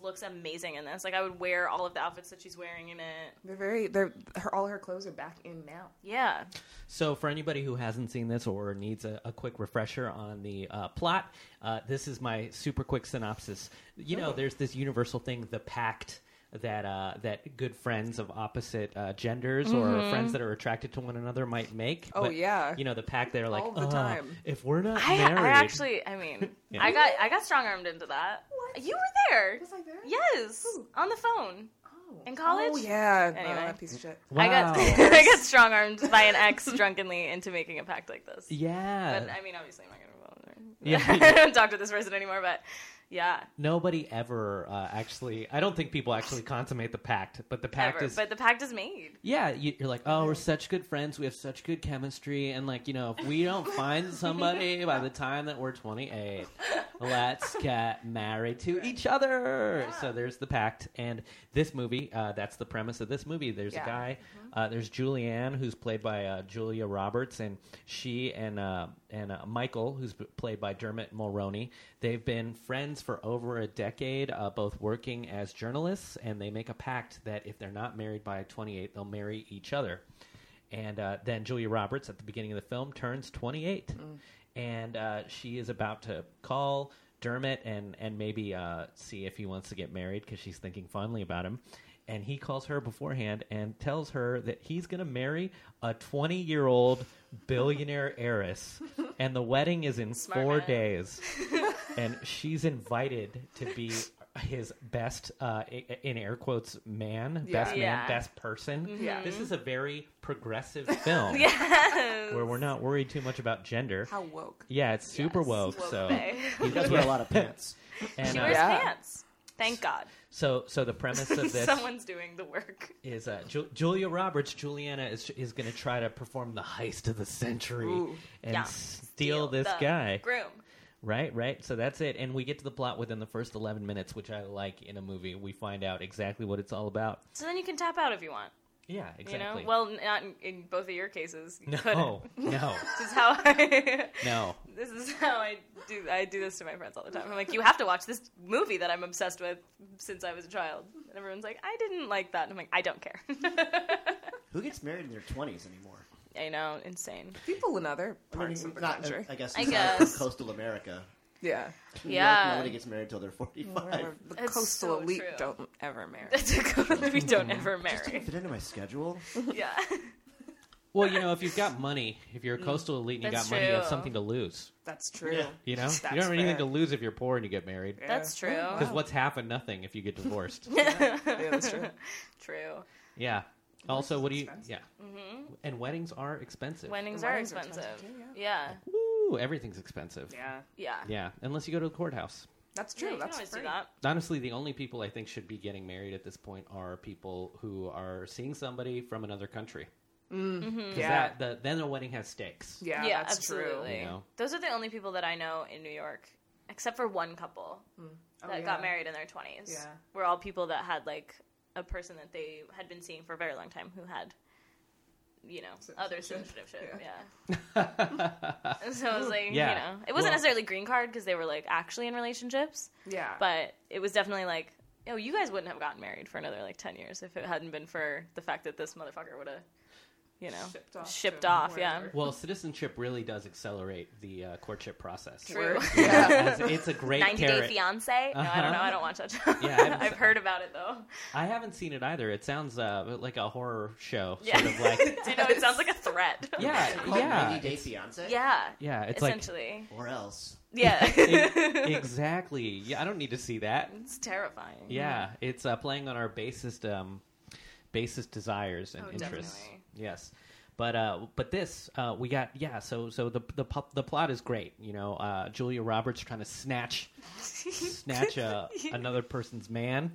Speaker 4: looks amazing in this like i would wear all of the outfits that she's wearing in it
Speaker 5: They're very. They're her, all her clothes are back in now.
Speaker 4: yeah
Speaker 3: so for anybody who hasn't seen this or needs a, a quick refresher on the uh, plot, uh, this is my super quick synopsis. You know, there's this universal thing, the pact. That uh, that good friends of opposite uh, genders
Speaker 4: Mm-hmm.
Speaker 3: or friends that are attracted to one another might make.
Speaker 5: Oh, yeah.
Speaker 3: you know the pact. They're like,
Speaker 5: All the
Speaker 3: "Uh,
Speaker 5: time.
Speaker 3: if we're not
Speaker 4: I,
Speaker 3: married,
Speaker 4: I actually i mean
Speaker 3: [LAUGHS] Yeah.
Speaker 4: i got i got strong-armed into that
Speaker 5: What?
Speaker 4: you were there
Speaker 5: Was I there?
Speaker 4: yes
Speaker 5: Who?
Speaker 4: on the phone
Speaker 5: Oh.
Speaker 4: In college?
Speaker 5: Oh yeah.
Speaker 4: Anyway.
Speaker 5: Oh, that piece of shit.
Speaker 3: wow,
Speaker 4: i got [LAUGHS] i got strong-armed by an ex drunkenly into making a pact like this
Speaker 3: yeah,
Speaker 4: But I mean, obviously, I'm not going to
Speaker 3: Yeah.
Speaker 4: involve her. [LAUGHS] I don't talk to this person anymore. But yeah,
Speaker 3: nobody ever uh, actually i don't think people actually consummate the pact but the pact
Speaker 4: ever.
Speaker 3: is
Speaker 4: But the pact is made.
Speaker 3: yeah you, you're like oh we're such good friends we have such good chemistry and like you know if we don't find somebody by the time that we're 28 let's get married to each other so there's the pact and this movie uh, that's the premise of this movie there's
Speaker 5: Yeah.
Speaker 3: a guy uh, there's julianne who's played by uh, julia roberts and she and uh, and uh, michael who's b- played by dermot mulroney they've been friends for over a decade uh, both working as journalists and they make a pact that if they're not married by 28 they'll marry each other and uh, then Julia Roberts at the beginning of the film turns 28,
Speaker 4: Mm.
Speaker 3: and uh, she is about to call Dermot and and maybe uh, see if he wants to get married because she's thinking fondly about him. And he calls her beforehand and tells her that he's going to marry a 20 year
Speaker 4: [LAUGHS]
Speaker 3: old billionaire heiress, and the wedding is in
Speaker 4: Smart [LAUGHS]
Speaker 3: four
Speaker 4: man.
Speaker 3: days, and she's invited to be his best, uh, i- i- in air quotes, man,
Speaker 5: Yeah.
Speaker 3: best man,
Speaker 4: Yeah.
Speaker 3: best person.
Speaker 4: Mm-hmm.
Speaker 5: Yeah.
Speaker 3: This is a very
Speaker 4: [LAUGHS]
Speaker 3: progressive [LAUGHS] film
Speaker 4: Yes.
Speaker 3: where we're not worried too much about gender.
Speaker 5: How woke.
Speaker 3: Yeah, it's super woke. [LAUGHS]
Speaker 4: Woke
Speaker 3: so
Speaker 4: bae.
Speaker 1: He does wear a lot of pants.
Speaker 3: and,
Speaker 4: she
Speaker 3: uh,
Speaker 4: wears
Speaker 5: Yeah.
Speaker 4: pants. Thank God.
Speaker 3: so so the premise
Speaker 4: [LAUGHS]
Speaker 3: of this
Speaker 4: Someone's doing the work.
Speaker 3: is uh, Ju- Julia Roberts. Juliana is is going to try to perform the heist of the century
Speaker 5: Ooh.
Speaker 3: and
Speaker 4: Yeah.
Speaker 3: steal, this
Speaker 4: the
Speaker 3: guy.
Speaker 4: Groom.
Speaker 3: Right, right. So that's it. And we get to the plot within the first 11 minutes, which I like in a movie. We find out exactly what it's all about.
Speaker 4: So then you can tap out if you want.
Speaker 3: Yeah,
Speaker 4: You know,
Speaker 3: exactly.
Speaker 4: well, not in, in both of your cases. You
Speaker 3: [LAUGHS]
Speaker 4: couldn't.
Speaker 3: no, no,
Speaker 4: This is how I. [LAUGHS]
Speaker 3: no.
Speaker 4: this is how I do. I do this to my friends all the time. I'm like, you have to watch this movie that I'm obsessed with since I was a child, and everyone's like, I didn't like that. And I'm like, I don't care. [LAUGHS]
Speaker 1: Who gets married in their twenties anymore?
Speaker 4: I know, insane. [LAUGHS]
Speaker 5: People in other
Speaker 1: I mean,
Speaker 5: parts of the
Speaker 1: not, uh,
Speaker 5: country.
Speaker 1: I guess,
Speaker 4: I
Speaker 1: not
Speaker 4: guess.
Speaker 1: coastal America.
Speaker 5: yeah.
Speaker 4: Yeah.
Speaker 1: nobody gets married till they're forty-five.
Speaker 5: Where The
Speaker 4: That's
Speaker 5: coastal
Speaker 4: so
Speaker 5: elite
Speaker 4: true.
Speaker 5: don't ever
Speaker 4: [LAUGHS]
Speaker 5: marry.
Speaker 3: [LAUGHS]
Speaker 4: we don't ever marry.
Speaker 1: Fit into my schedule.
Speaker 4: Yeah,
Speaker 3: Well, you know, if you've got money, if you're a coastal elite and you got
Speaker 4: Mm, That's
Speaker 3: money, you have
Speaker 4: true.
Speaker 3: something to lose.
Speaker 5: That's true.
Speaker 1: Yeah.
Speaker 3: You
Speaker 5: [LAUGHS]
Speaker 3: know, you
Speaker 5: That's
Speaker 3: don't have anything
Speaker 5: fair.
Speaker 3: to lose if you're poor and you get married.
Speaker 5: Yeah.
Speaker 4: That's true.
Speaker 5: Oh,
Speaker 3: Because
Speaker 5: wow.
Speaker 3: what's half and nothing if you get
Speaker 5: [LAUGHS]
Speaker 3: divorced?
Speaker 5: Yeah, that's true.
Speaker 4: true.
Speaker 3: yeah. Also, what do you?
Speaker 5: expensive. Mm-hmm.
Speaker 3: Yeah. And weddings are expensive.
Speaker 4: Weddings
Speaker 5: And
Speaker 4: are
Speaker 5: weddings are
Speaker 4: expensive.
Speaker 5: expensive too,
Speaker 4: yeah.
Speaker 3: Woo, everything's expensive.
Speaker 5: [LAUGHS] Yeah.
Speaker 4: yeah,
Speaker 3: Yeah, unless you go to the courthouse.
Speaker 5: That's
Speaker 4: Yeah,
Speaker 5: true.
Speaker 4: you can
Speaker 5: that's
Speaker 4: always
Speaker 5: free.
Speaker 4: do that.
Speaker 3: Honestly, the only people I think should be getting married at this point are people who are seeing somebody from another country.
Speaker 5: Yeah.
Speaker 3: 'Cause that, the, then the wedding has stakes.
Speaker 5: yeah.
Speaker 4: yeah,
Speaker 5: that's
Speaker 4: absolutely.
Speaker 5: true.
Speaker 3: You know?
Speaker 4: Those are the only people that I know in New York, except for one couple
Speaker 5: Oh,
Speaker 4: that
Speaker 5: yeah.
Speaker 4: got married in their twenties.
Speaker 5: Yeah.
Speaker 4: were all people that had like a person that they had been seeing for a very long time who had, you know, other citizenship. Yeah. And [LAUGHS] so it was like,
Speaker 3: Yeah.
Speaker 4: you know, it
Speaker 3: Well-
Speaker 4: wasn't necessarily green card because they were like actually in relationships,
Speaker 5: Yeah.
Speaker 4: but it was definitely like. Oh, you guys wouldn't have gotten married for another like ten years if it hadn't been for the fact that this motherfucker would have, you know,
Speaker 5: Shipped off
Speaker 4: shipped
Speaker 5: to
Speaker 4: off yeah,
Speaker 3: [LAUGHS]
Speaker 5: wherever.
Speaker 3: Well, citizenship really does accelerate the uh, courtship process.
Speaker 4: True. [LAUGHS]
Speaker 5: Yeah.
Speaker 3: As- it's a
Speaker 5: [LAUGHS]
Speaker 3: great
Speaker 4: 90 Day
Speaker 3: carrot.
Speaker 4: Fiance. No, I
Speaker 3: Uh-huh.
Speaker 4: don't know. I don't watch that show. [LAUGHS]
Speaker 3: Yeah, I haven't
Speaker 4: I've
Speaker 3: seen-
Speaker 4: heard about it though.
Speaker 3: I haven't seen it either. It sounds uh, like a horror show,
Speaker 4: Yeah,
Speaker 3: sort of like.
Speaker 4: Do [LAUGHS] you know, it sounds like a threat.
Speaker 3: [LAUGHS] Yeah,
Speaker 1: Called
Speaker 3: yeah,
Speaker 1: 90 Day Fiance.
Speaker 4: yeah,
Speaker 3: yeah. It's like [LAUGHS]
Speaker 4: essentially.
Speaker 1: Or else.
Speaker 4: yeah, [LAUGHS] Mm-hmm.
Speaker 3: e- exactly. Yeah, I don't need to see that.
Speaker 4: it's terrifying.
Speaker 3: Yeah, it's uh, playing on our basest um, basest desires and
Speaker 4: Oh,
Speaker 3: interests.
Speaker 4: definitely.
Speaker 3: Yes, but uh, but this uh, we got yeah. So so the the pu- the plot is great. You know, uh, Julia Roberts trying to snatch snatch
Speaker 4: [LAUGHS]
Speaker 3: a, another person's man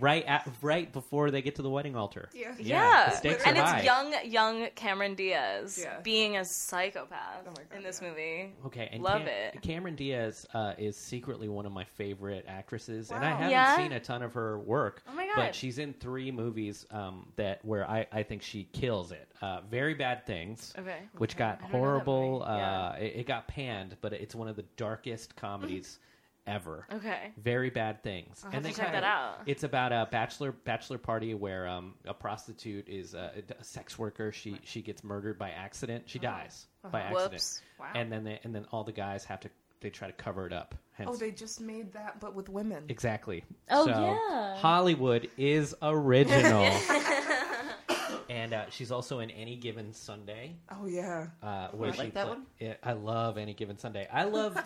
Speaker 3: right at right before they get to the wedding altar.
Speaker 5: Yeah.
Speaker 4: Mm-hmm. Yeah,
Speaker 3: the stakes
Speaker 4: and
Speaker 3: are
Speaker 4: it's
Speaker 3: high.
Speaker 4: young, young Cameron Diaz
Speaker 5: Yeah.
Speaker 4: being a psychopath
Speaker 5: Oh my God,
Speaker 4: in this
Speaker 5: yeah.
Speaker 4: movie.
Speaker 3: Okay, and
Speaker 4: Love
Speaker 3: Cam-
Speaker 4: it.
Speaker 3: Cameron Diaz uh, is secretly one of my favorite actresses, and I
Speaker 5: Wow.
Speaker 3: haven't
Speaker 4: Yeah?
Speaker 3: seen a ton of her work.
Speaker 4: Oh my God.
Speaker 3: But she's in three movies um, that where I, I think she kills it. Uh, Very Bad Things,
Speaker 4: Okay.
Speaker 3: which got
Speaker 4: don't know that
Speaker 3: horrible.
Speaker 4: movie. Yeah. Mm-hmm.
Speaker 3: Uh, it, it got panned, but it's one of the darkest comedies ever.
Speaker 4: Okay.
Speaker 3: Very bad things.
Speaker 4: have
Speaker 3: they
Speaker 4: to check
Speaker 3: kinda-
Speaker 4: that out.
Speaker 3: It's about a bachelor bachelor party where um, a prostitute is uh, a, a sex worker. She she gets murdered by accident. She dies by accident.
Speaker 4: Oh. Uh-huh. Whoops.
Speaker 5: Wow.
Speaker 3: And then they, and then all the guys have to they try to cover it up. Hence,
Speaker 5: Oh, they just made that, but with women.
Speaker 3: exactly.
Speaker 4: Oh,
Speaker 3: so,
Speaker 4: yeah.
Speaker 3: Hollywood is
Speaker 4: [LAUGHS]
Speaker 3: original. and uh, she's also in Any Given Sunday.
Speaker 5: Oh yeah.
Speaker 3: Uh, where
Speaker 1: You
Speaker 3: she
Speaker 1: like that
Speaker 3: pla-
Speaker 1: one?
Speaker 3: Yeah, I love Any Given Sunday. I love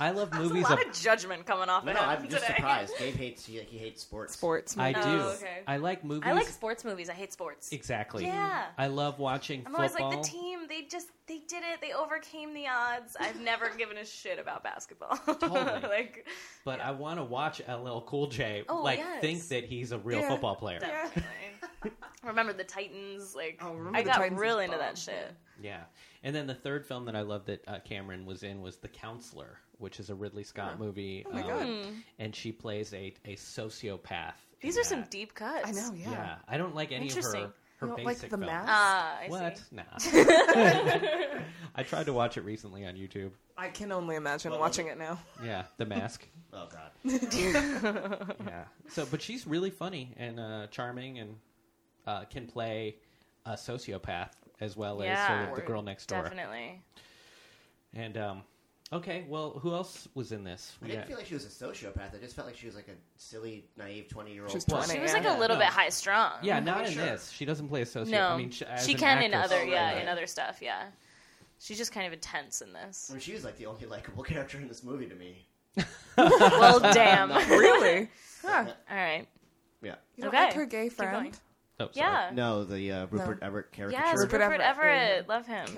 Speaker 3: I love
Speaker 4: There's a
Speaker 3: movies
Speaker 4: lot
Speaker 3: of
Speaker 4: of judgment coming off.
Speaker 1: No,
Speaker 4: of
Speaker 1: no,
Speaker 4: him
Speaker 1: I'm just
Speaker 4: today.
Speaker 1: surprised. Dave hates he, he hates sports.
Speaker 5: Sports.
Speaker 3: I do.
Speaker 5: movies.
Speaker 4: Oh, okay.
Speaker 3: I like movies.
Speaker 4: [LAUGHS] I like sports movies. I hate sports.
Speaker 3: exactly.
Speaker 4: Yeah.
Speaker 3: I love watching
Speaker 4: I'm always
Speaker 3: football.
Speaker 4: like the team. They just they did it. They overcame the odds. I've never given a shit about basketball.
Speaker 3: Totally.
Speaker 4: [LAUGHS] like
Speaker 3: But I want to watch LL Cool J
Speaker 4: Oh,
Speaker 3: like
Speaker 4: yes.
Speaker 3: think that he's a real
Speaker 5: Yeah.
Speaker 3: football player.
Speaker 5: Yeah.
Speaker 4: Definitely. remember the Titans? Like
Speaker 5: Oh, remember
Speaker 4: I
Speaker 5: the
Speaker 4: got
Speaker 5: Titans
Speaker 4: real
Speaker 5: was
Speaker 4: into
Speaker 5: bomb.
Speaker 4: that shit.
Speaker 3: Yeah. And then the third film that I love that uh, Cameron was in was The Counselor, which is a Ridley Scott movie.
Speaker 4: Oh
Speaker 3: um,
Speaker 5: my
Speaker 3: And she plays a, a sociopath. in
Speaker 4: Hmm. These are some
Speaker 3: that.
Speaker 4: deep cuts.
Speaker 5: I know.
Speaker 3: Yeah.
Speaker 5: Yeah.
Speaker 3: I don't like any of her,
Speaker 4: Interesting.
Speaker 3: her
Speaker 5: You don't
Speaker 3: basic
Speaker 5: like The
Speaker 3: films.
Speaker 5: Mask?
Speaker 4: Ah, I
Speaker 3: What?
Speaker 4: see.
Speaker 3: Nah.
Speaker 4: [LAUGHS]
Speaker 3: [LAUGHS] I tried to watch it recently on YouTube.
Speaker 5: I can only imagine
Speaker 1: Well,
Speaker 5: watching it now.
Speaker 3: Yeah, The Mask.
Speaker 1: Oh God.
Speaker 4: [LAUGHS]
Speaker 3: yeah. So, but she's really funny and uh, charming and uh, can play a sociopath as well as
Speaker 4: Yeah.
Speaker 3: sort of the girl next door.
Speaker 4: Definitely.
Speaker 3: And um, okay, well, who else was in this?
Speaker 1: I
Speaker 3: We
Speaker 1: didn't
Speaker 3: got-
Speaker 1: feel like she was a sociopath. I just felt like she was like a silly, naive twenty-year-old.
Speaker 5: She was
Speaker 1: person.
Speaker 3: Well,
Speaker 5: twenty.
Speaker 4: She was
Speaker 5: yeah.
Speaker 4: like a little
Speaker 3: No.
Speaker 4: bit high strung.
Speaker 3: Yeah, not in
Speaker 1: sure.
Speaker 3: this. She doesn't play a sociopath.
Speaker 4: No,
Speaker 3: I mean, she, as
Speaker 4: she
Speaker 3: an
Speaker 4: can in
Speaker 3: actress.
Speaker 4: other
Speaker 1: Oh, right,
Speaker 4: yeah
Speaker 1: right.
Speaker 4: in other stuff. Yeah, she's just kind of intense in this.
Speaker 5: [LAUGHS]
Speaker 1: I mean, [LAUGHS] she was like the only likable character in this movie to me.
Speaker 4: well, [LAUGHS] damn.
Speaker 5: [LAUGHS] really? Yeah.
Speaker 4: All right.
Speaker 1: Yeah.
Speaker 5: You don't
Speaker 4: Okay.
Speaker 5: like her gay
Speaker 4: going.
Speaker 5: friend?
Speaker 3: Oh, sorry.
Speaker 4: Yeah.
Speaker 1: No, the uh, Rupert Everett caricature.
Speaker 4: Yes, Rupert,
Speaker 5: Rupert
Speaker 4: Everett.
Speaker 5: Everett. Yeah, yeah.
Speaker 4: Love him.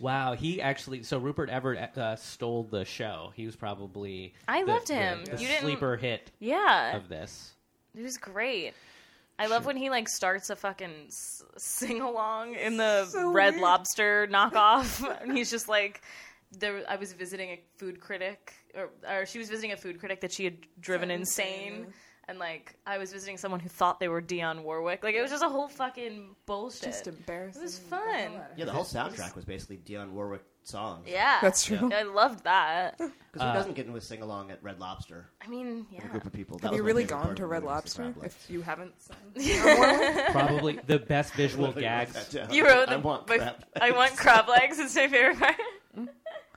Speaker 3: Wow, he actually. So Rupert Everett uh, stole the show. He was probably.
Speaker 4: I
Speaker 3: the-
Speaker 4: loved
Speaker 3: the-
Speaker 4: him.
Speaker 3: The,
Speaker 4: You didn't-
Speaker 3: sleeper hit
Speaker 4: Yeah,
Speaker 3: of this.
Speaker 4: he was great. I love when he like starts a fucking s- sing along in the
Speaker 5: So
Speaker 4: Red
Speaker 5: weird.
Speaker 4: Lobster knockoff, [LAUGHS] and he's just like, "There." I was visiting a food critic, or, or she was visiting a food critic that she had driven
Speaker 5: Driven
Speaker 4: insane.
Speaker 5: insane.
Speaker 4: And like, I was visiting someone who thought they were Dionne Warwick. Like, it was just a whole fucking bullshit.
Speaker 5: Just embarrassing.
Speaker 4: It was
Speaker 5: the hell
Speaker 4: fun.
Speaker 5: out of
Speaker 1: Yeah,
Speaker 5: her.
Speaker 1: the whole soundtrack was basically Dionne Warwick songs.
Speaker 4: yeah,
Speaker 5: That's true.
Speaker 4: I loved that.
Speaker 1: Because who doesn't get into a sing along at Red Lobster
Speaker 4: I mean, yeah.
Speaker 1: with a group of people? That
Speaker 5: Have you
Speaker 1: was my
Speaker 5: really
Speaker 1: favorite
Speaker 5: gone
Speaker 1: part
Speaker 5: to
Speaker 1: of the
Speaker 5: Red
Speaker 1: movie, was the
Speaker 5: Lobster
Speaker 1: crab legs.
Speaker 5: if you haven't?
Speaker 4: [LAUGHS]
Speaker 5: sung?
Speaker 3: Probably the best
Speaker 1: [LAUGHS]
Speaker 3: visual
Speaker 1: Literally wrote
Speaker 3: gags.
Speaker 1: that down.
Speaker 4: You wrote
Speaker 1: I
Speaker 4: the-
Speaker 1: want
Speaker 4: but-
Speaker 1: crab [LAUGHS]
Speaker 4: I want crab legs. It's my favorite part.